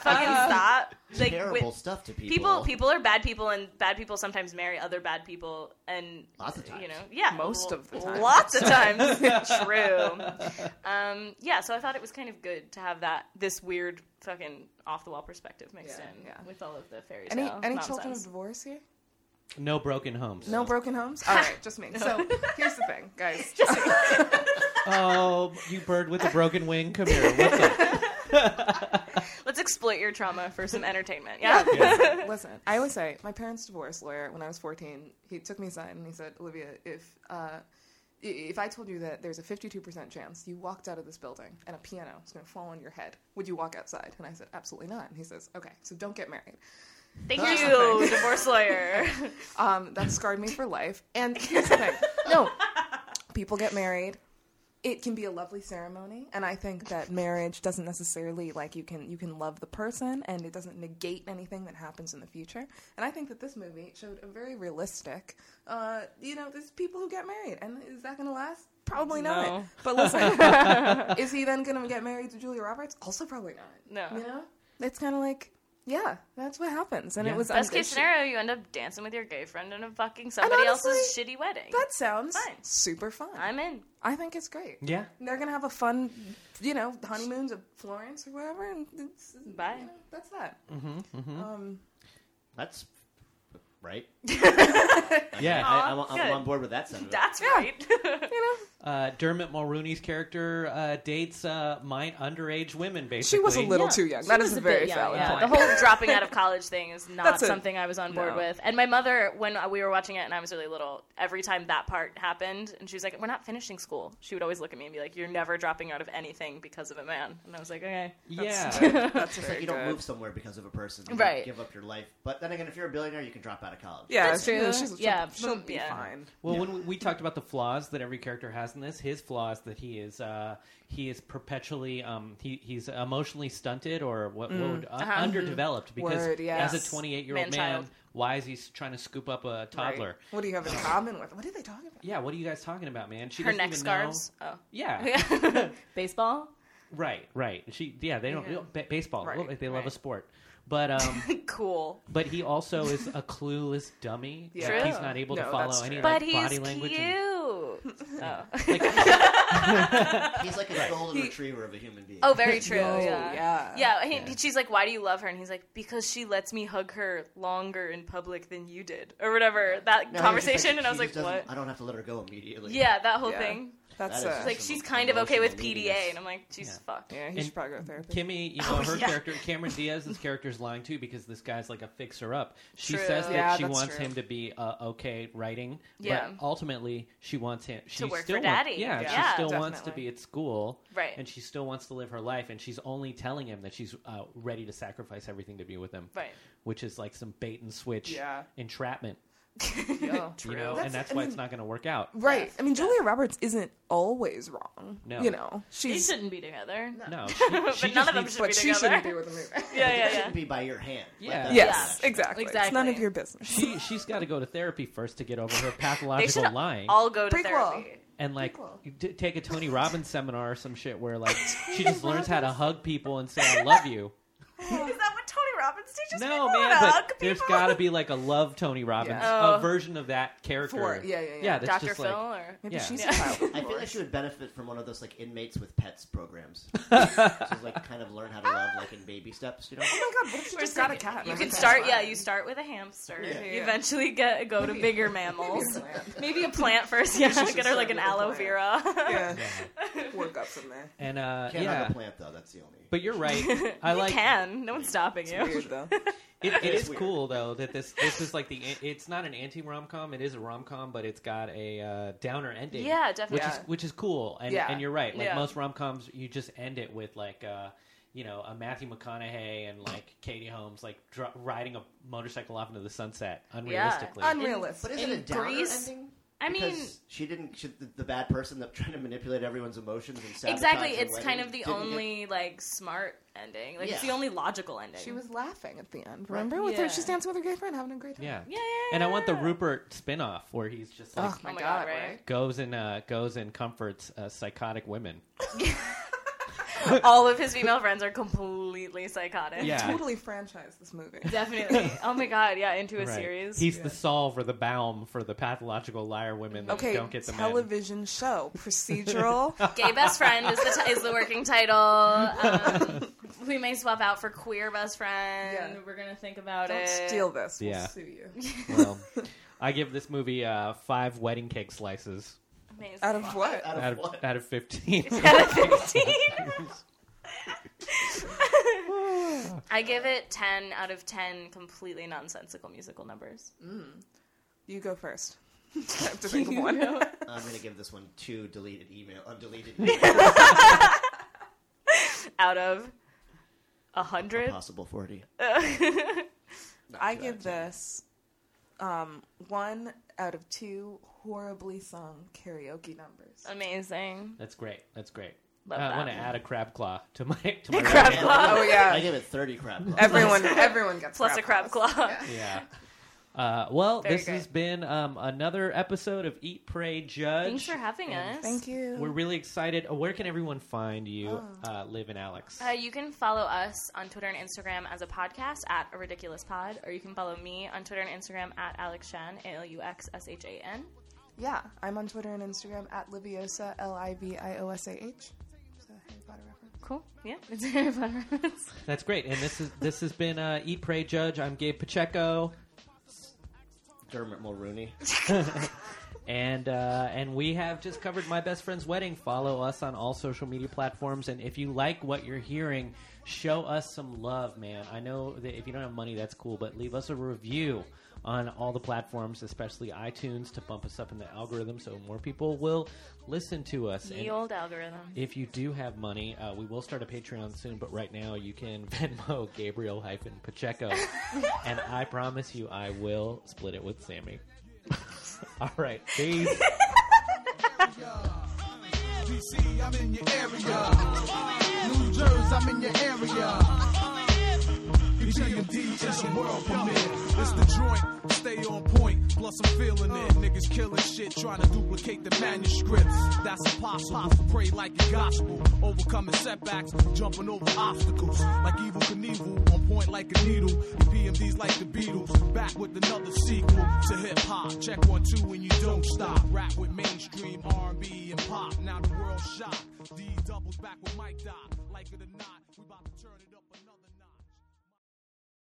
Speaker 4: fucking stop. Like with-
Speaker 1: Terrible stuff to people.
Speaker 4: people people are bad people and bad people sometimes marry other bad people and
Speaker 1: Lots of times.
Speaker 4: you know yeah
Speaker 5: Most of the time.
Speaker 4: lots of times
Speaker 5: [LAUGHS]
Speaker 4: true um, yeah so i thought it was kind of good to have that this weird fucking off the wall perspective mixed
Speaker 5: Yeah,
Speaker 4: in
Speaker 5: yeah.
Speaker 4: with all of the fairy tale
Speaker 5: Any any
Speaker 4: nonsense.
Speaker 5: children of divorce here?
Speaker 3: No broken homes.
Speaker 5: No broken homes? All right, just me.
Speaker 4: [LAUGHS]
Speaker 5: So here's the thing, guys.
Speaker 3: Oh, you bird with a broken wing, come here. What's up?
Speaker 4: let's exploit your trauma for some entertainment yeah,
Speaker 5: Listen, I always say my parents' divorce lawyer when I was 14. He took me aside and he said, Olivia, if uh, i- if I told you that there's a 52% chance you walked out of this building and a piano is going to fall on your head, would you walk outside? And I said, absolutely not. And he says, okay, so don't get married.
Speaker 4: thank you divorce lawyer [LAUGHS]
Speaker 5: Um, that scarred me for life. And here's the thing. No, people get married. It can be a lovely ceremony, and I think that marriage doesn't necessarily like you can you can love the person, and it doesn't negate anything that happens in the future. And I think that this movie showed a very realistic. Uh, you know, there's people who get married, and is that going to last? Probably
Speaker 4: No.
Speaker 5: not.
Speaker 4: [LAUGHS]
Speaker 5: But listen, is he then going to get married to Julia Roberts? Also, probably not.
Speaker 4: no
Speaker 5: You know, it's kind of like, yeah, that's what happens, and
Speaker 3: Yeah.
Speaker 5: it was
Speaker 4: best case
Speaker 5: it's-
Speaker 4: scenario you end up dancing with your gay friend in a fucking somebody else's
Speaker 5: honestly,
Speaker 4: shitty wedding
Speaker 5: That sounds
Speaker 4: Fine.
Speaker 5: super fun.
Speaker 4: i'm in
Speaker 5: I think it's great.
Speaker 3: Yeah.
Speaker 5: They're gonna have a fun, you know, honeymoons of Florence or whatever, and it's,
Speaker 4: bye
Speaker 5: mm-hmm. Um, that's that.
Speaker 1: That's
Speaker 4: [LAUGHS]
Speaker 1: right?
Speaker 3: Yeah,
Speaker 1: I, I'm,
Speaker 4: good.
Speaker 1: I'm on board with that sentiment.
Speaker 4: That's right. [LAUGHS]
Speaker 3: uh, Dermot Mulrooney's character uh, dates uh, mine underage women. Basically,
Speaker 5: She was a little
Speaker 7: Yeah,
Speaker 5: too young.
Speaker 7: she
Speaker 5: That
Speaker 7: was
Speaker 5: is
Speaker 7: a
Speaker 5: a
Speaker 7: bit
Speaker 5: very
Speaker 7: young,
Speaker 5: valid
Speaker 7: yeah.
Speaker 5: point.
Speaker 4: The
Speaker 5: [LAUGHS]
Speaker 4: whole dropping out of college thing is not
Speaker 5: That's a-
Speaker 4: something I was on board
Speaker 5: no.
Speaker 4: with. And my mother, when we were watching it and I was really little, every time that part happened, and she was like, We're not finishing school, she would always look at me and be like, You're never dropping out of anything because of a man. And I was like, Okay.
Speaker 3: [LAUGHS] Yeah,
Speaker 5: That's
Speaker 1: It's like
Speaker 5: very
Speaker 1: you don't
Speaker 5: good.
Speaker 1: move somewhere because of a person. You
Speaker 7: Right.
Speaker 1: Give up your life. But then again, if you're a billionaire, you can drop out of college.
Speaker 5: Yeah,
Speaker 4: That's
Speaker 5: she-
Speaker 4: true.
Speaker 5: She's, she'll,
Speaker 4: Yeah,
Speaker 5: she'll be
Speaker 4: yeah.
Speaker 5: fine.
Speaker 3: Well, when we, we talked about the flaws that every character has in this, his flaws that he is uh, he is perpetually um, he, he's emotionally stunted or what, what would, uh, underdeveloped because
Speaker 5: Mm. Uh-huh. Word, yes.
Speaker 3: as a 28 year old man,
Speaker 4: Man-child.
Speaker 3: why is he s- trying to scoop up a toddler?
Speaker 5: Right. What do you have in common with? What are they talking about?
Speaker 3: Yeah, what are you guys talking about, man? She
Speaker 4: Her
Speaker 3: doesn't
Speaker 4: neck
Speaker 3: even
Speaker 4: scarves.
Speaker 3: Know.
Speaker 4: Oh. [LAUGHS]
Speaker 3: Yeah,
Speaker 7: Baseball.
Speaker 3: right, right. She yeah, they don't, they don't- ba- baseball.
Speaker 5: Right,
Speaker 3: Look like they love a
Speaker 5: right.
Speaker 3: sport, but um, [LAUGHS]
Speaker 4: cool.
Speaker 3: but he also is a clueless dummy.
Speaker 5: Yeah.
Speaker 3: Like, he's
Speaker 4: True.
Speaker 3: not able to
Speaker 5: No,
Speaker 3: follow
Speaker 5: that's
Speaker 3: any
Speaker 5: true.
Speaker 4: But
Speaker 3: like,
Speaker 4: he's
Speaker 3: body
Speaker 4: cute.
Speaker 3: language. and-
Speaker 4: Oh.
Speaker 3: like,
Speaker 1: He's like a golden retriever of a human being.
Speaker 3: [LAUGHS]
Speaker 4: oh, very true.
Speaker 5: Oh,
Speaker 4: yeah.
Speaker 5: yeah.
Speaker 4: Yeah, he, she's like, "Why do you love her?" And he's like, "Because she lets me hug her longer in public than you did, or whatever." That
Speaker 1: No, he was just
Speaker 4: conversation, and I was
Speaker 1: she
Speaker 4: like,
Speaker 1: just doesn't-
Speaker 4: "What?"
Speaker 1: I don't have to let her go immediately.
Speaker 4: Yeah, that whole
Speaker 5: Yeah.
Speaker 4: thing.
Speaker 5: That's
Speaker 1: That is
Speaker 5: uh,
Speaker 4: Like,
Speaker 1: Some
Speaker 4: she's kind of okay with
Speaker 1: emotional
Speaker 4: PDA,
Speaker 1: neediness.
Speaker 4: and I'm like, she's fucked.
Speaker 5: yeah. He
Speaker 3: and
Speaker 5: should probably go to therapy.
Speaker 3: Kimmy,
Speaker 4: [LAUGHS]
Speaker 3: you know,
Speaker 4: Oh,
Speaker 3: her character, Cameron Diaz's character's lying too because this guy's like a fixer up. She
Speaker 4: True.
Speaker 3: says that
Speaker 5: Yeah,
Speaker 3: she
Speaker 5: that's
Speaker 3: wants
Speaker 5: true.
Speaker 3: him to be uh, okay writing,
Speaker 4: Yeah.
Speaker 3: but ultimately she wants him she
Speaker 4: work
Speaker 3: still
Speaker 4: for
Speaker 3: want-
Speaker 4: daddy.
Speaker 3: yeah, she
Speaker 4: Yeah.
Speaker 3: still wants to
Speaker 5: Definitely.
Speaker 3: be at school,
Speaker 4: Right.
Speaker 3: And she still wants to live her life, and she's only telling him that she's uh, ready to sacrifice everything to be with him,
Speaker 4: Right.
Speaker 3: Which is like some bait and switch
Speaker 5: Yeah.
Speaker 3: entrapment,
Speaker 4: [LAUGHS]
Speaker 5: Yeah.
Speaker 3: you know, and that's
Speaker 5: I
Speaker 3: why
Speaker 5: mean-
Speaker 3: it's not going to work out.
Speaker 5: Right. I mean, Julia Roberts isn't always wrong.
Speaker 3: No.
Speaker 5: You know,
Speaker 4: They
Speaker 5: she's
Speaker 4: shouldn't be together. [LAUGHS]
Speaker 3: No, she, she
Speaker 4: but none
Speaker 3: just
Speaker 4: of them
Speaker 3: needs-
Speaker 4: should be
Speaker 5: but she
Speaker 4: together.
Speaker 5: shouldn't be with a movie.
Speaker 4: yeah,
Speaker 1: It
Speaker 4: yeah, yeah.
Speaker 1: shouldn't be by your hand. Like,
Speaker 3: Yeah.
Speaker 1: that's-
Speaker 5: yes, exactly. It's none
Speaker 4: Exactly.
Speaker 5: of your business.
Speaker 3: She, she's got to go to therapy first to get over her
Speaker 4: [LAUGHS] They should
Speaker 3: pathological lying.
Speaker 4: all go to
Speaker 5: Prequel.
Speaker 4: therapy.
Speaker 3: and like
Speaker 5: Prequel.
Speaker 3: you t- take a Tony Robbins seminar or some shit where
Speaker 4: [LAUGHS]
Speaker 3: like she just learns how to hug people and say I love you.
Speaker 4: Is that what Tony Robbins teaches
Speaker 3: No
Speaker 4: people?
Speaker 3: man,
Speaker 4: how to
Speaker 3: but
Speaker 4: hug
Speaker 3: there's
Speaker 4: people?
Speaker 3: got to be like a love Tony Robbins,
Speaker 4: Yeah.
Speaker 3: a
Speaker 4: Oh.
Speaker 3: version of that character.
Speaker 5: For- yeah, yeah, yeah.
Speaker 3: that's
Speaker 4: Dr.
Speaker 3: just
Speaker 4: Phil,
Speaker 3: like
Speaker 4: or
Speaker 5: [LAUGHS] Maybe
Speaker 3: Yeah.
Speaker 5: she's [LAUGHS]
Speaker 4: Yeah.
Speaker 5: a child.
Speaker 1: I feel like she would benefit from one of those like inmates with pets
Speaker 5: [LAUGHS]
Speaker 1: programs. She's like kind of learn how to love like in baby steps,
Speaker 4: [LAUGHS]
Speaker 1: you know?
Speaker 5: Oh my god, what if she
Speaker 4: Or
Speaker 5: just got a
Speaker 4: something.
Speaker 5: cat?
Speaker 4: You
Speaker 5: and
Speaker 4: can
Speaker 5: everything's
Speaker 4: start,
Speaker 5: fine? [LAUGHS]
Speaker 4: yeah. You start with a hamster.
Speaker 1: Yeah.
Speaker 4: You eventually get go to bigger mammals. Maybe a plant first. Yeah,
Speaker 5: should
Speaker 4: get her like
Speaker 5: start
Speaker 4: an
Speaker 5: with a
Speaker 4: aloe vera.
Speaker 5: plant. [LAUGHS]
Speaker 4: [LAUGHS]
Speaker 5: Yeah. Work up from there.
Speaker 3: and uh
Speaker 1: Can't
Speaker 3: yeah.
Speaker 1: hug a plant though, that's the only
Speaker 3: But you're
Speaker 4: [LAUGHS]
Speaker 3: right. I
Speaker 4: you
Speaker 3: like
Speaker 4: can. No one's stopping you.
Speaker 5: Weird [LAUGHS] though.
Speaker 3: it, it
Speaker 1: It's
Speaker 3: is
Speaker 1: weird.
Speaker 3: cool though that this this is like the it's not an anti rom com. It is a rom com, but it's got a uh, downer ending.
Speaker 4: Yeah, definitely.
Speaker 3: Which
Speaker 5: Yeah.
Speaker 3: is which is cool. And
Speaker 5: Yeah.
Speaker 3: and you're right. Like
Speaker 4: Yeah.
Speaker 3: most rom coms, you just end it with like. Uh, you know, a Matthew McConaughey and like Katie Holmes, like dr- riding a motorcycle off into the sunset, unrealistically.
Speaker 1: But
Speaker 5: Unrealistic.
Speaker 1: is it a
Speaker 4: in
Speaker 1: downer
Speaker 4: Grease-
Speaker 1: ending?
Speaker 4: I mean,
Speaker 1: Because she didn't. She, the, the bad person that [LAUGHS] trying to manipulate everyone's emotions and sabotage
Speaker 4: exactly.
Speaker 1: her
Speaker 4: It's kind
Speaker 1: wedding
Speaker 4: of the
Speaker 1: didn't get-
Speaker 4: only like smart ending. Like it's
Speaker 1: Yeah.
Speaker 4: the only logical ending.
Speaker 5: She was laughing at the end. Remember? With her,
Speaker 4: Yeah.
Speaker 5: she's dancing with her gay friend, having a great time.
Speaker 3: yeah.
Speaker 4: Yeah.
Speaker 3: And I want the Rupert spinoff where he's just like
Speaker 5: Oh my,
Speaker 4: Oh my
Speaker 5: god,
Speaker 4: God, right?
Speaker 5: right?
Speaker 3: goes and uh, goes and comforts uh, psychotic women.
Speaker 4: [LAUGHS] All of his female friends are completely psychotic.
Speaker 3: Yeah.
Speaker 5: Totally franchised this [LAUGHS] movie.
Speaker 3: [LAUGHS]
Speaker 4: Definitely. Oh my god, yeah, into a
Speaker 3: Right.
Speaker 4: series.
Speaker 3: He's the solve or the balm for the pathological liar women that
Speaker 5: Okay,
Speaker 3: don't get the men.
Speaker 5: television [LAUGHS] show procedural.
Speaker 4: Gay best friend is the, t- is the working title.
Speaker 3: [LAUGHS]
Speaker 4: Um, we may swap out for queer best friend.
Speaker 5: Yeah.
Speaker 4: We're gonna think about
Speaker 5: Don't
Speaker 4: it.
Speaker 5: steal this. We'll
Speaker 3: Yeah.
Speaker 5: sue
Speaker 3: [LAUGHS]
Speaker 5: you.
Speaker 3: Well, I give this movie uh, five wedding cake slices
Speaker 4: Amazing.
Speaker 5: [LAUGHS] Out of what?
Speaker 1: Out of,
Speaker 3: out of
Speaker 1: what?
Speaker 3: out of fifteen.
Speaker 4: [LAUGHS]
Speaker 5: [LAUGHS]
Speaker 4: I give it ten out of ten completely nonsensical musical
Speaker 5: [LAUGHS]
Speaker 4: numbers.
Speaker 5: You go first. [LAUGHS] I have to think of one.
Speaker 1: I'm gonna give this one two deleted email, undeleted email,
Speaker 4: [LAUGHS] Out of a hundred.
Speaker 1: possible forty.
Speaker 5: I give this um, one out of two horribly sung karaoke numbers.
Speaker 4: [LAUGHS] Amazing.
Speaker 3: That's great. That's great.
Speaker 4: Love
Speaker 3: Uh, I
Speaker 4: that.
Speaker 3: want to add a crab claw to my
Speaker 4: [LAUGHS]
Speaker 3: to my
Speaker 4: Crab
Speaker 3: resume.
Speaker 4: claw.
Speaker 5: Oh
Speaker 1: I
Speaker 5: yeah,
Speaker 1: give it thirty crap. claws.
Speaker 5: [LAUGHS] [LAUGHS] everyone, everyone gets
Speaker 4: Plus a crab claw.
Speaker 3: Yeah. Uh, well,
Speaker 4: Very
Speaker 3: this
Speaker 4: great.
Speaker 3: has been um, another episode of Eat, Pray, Judge.
Speaker 4: Thanks for having us.
Speaker 5: [LAUGHS] Thank you.
Speaker 3: We're really excited. Uh, Where can everyone find you,
Speaker 4: Oh.
Speaker 3: uh, Liv and Alex?
Speaker 4: Uh, you can follow us on Twitter and Instagram as a podcast at a ridiculous pod, or you can follow me on Twitter and Instagram at Alex Shan, A L U X S H A N.
Speaker 5: Yeah, I'm on Twitter and Instagram at Liviosa, L I V I O S A H. It's a Harry Potter reference.
Speaker 4: Cool. Yeah, it's a Harry Potter reference.
Speaker 3: That's great. And this is this has been uh, Eat, Pray, Judge. I'm Gabe Pacheco.
Speaker 1: Dermot Mulrooney.
Speaker 3: And uh, and we have just covered my best friend's wedding. Follow us on all social media platforms, and if you like what you're hearing, show us some love, man. I know that if you don't have money, that's cool, but leave us a review on all the platforms, especially iTunes, to bump us up in the algorithm, so more people will listen to us.
Speaker 4: The old algorithm.
Speaker 3: If you do have money, uh, we will start a Patreon soon, but right now you can [LAUGHS] Venmo Gabriel hyphen Pacheco. and I promise you, I will split it with Sammy. All right. Peace.
Speaker 7: DC, I'm in your area. New Jersey, I'm in your area. You tell your D is a world premiere. It's the joint, stay on point. Plus I'm feeling it. Niggas killing shit, trying to duplicate the manuscripts. That's impossible. Pray like a gospel. Overcoming setbacks, jumping over obstacles. Like evil Knievel, on point like a needle. The PMDs like the Beatles. Back with another sequel to hip hop. Check one, two, and you don't stop. Rap with mainstream R&B and pop. Now the world's shocked. D doubles back with Mike Doc. Like it or not, we about to turn it up another.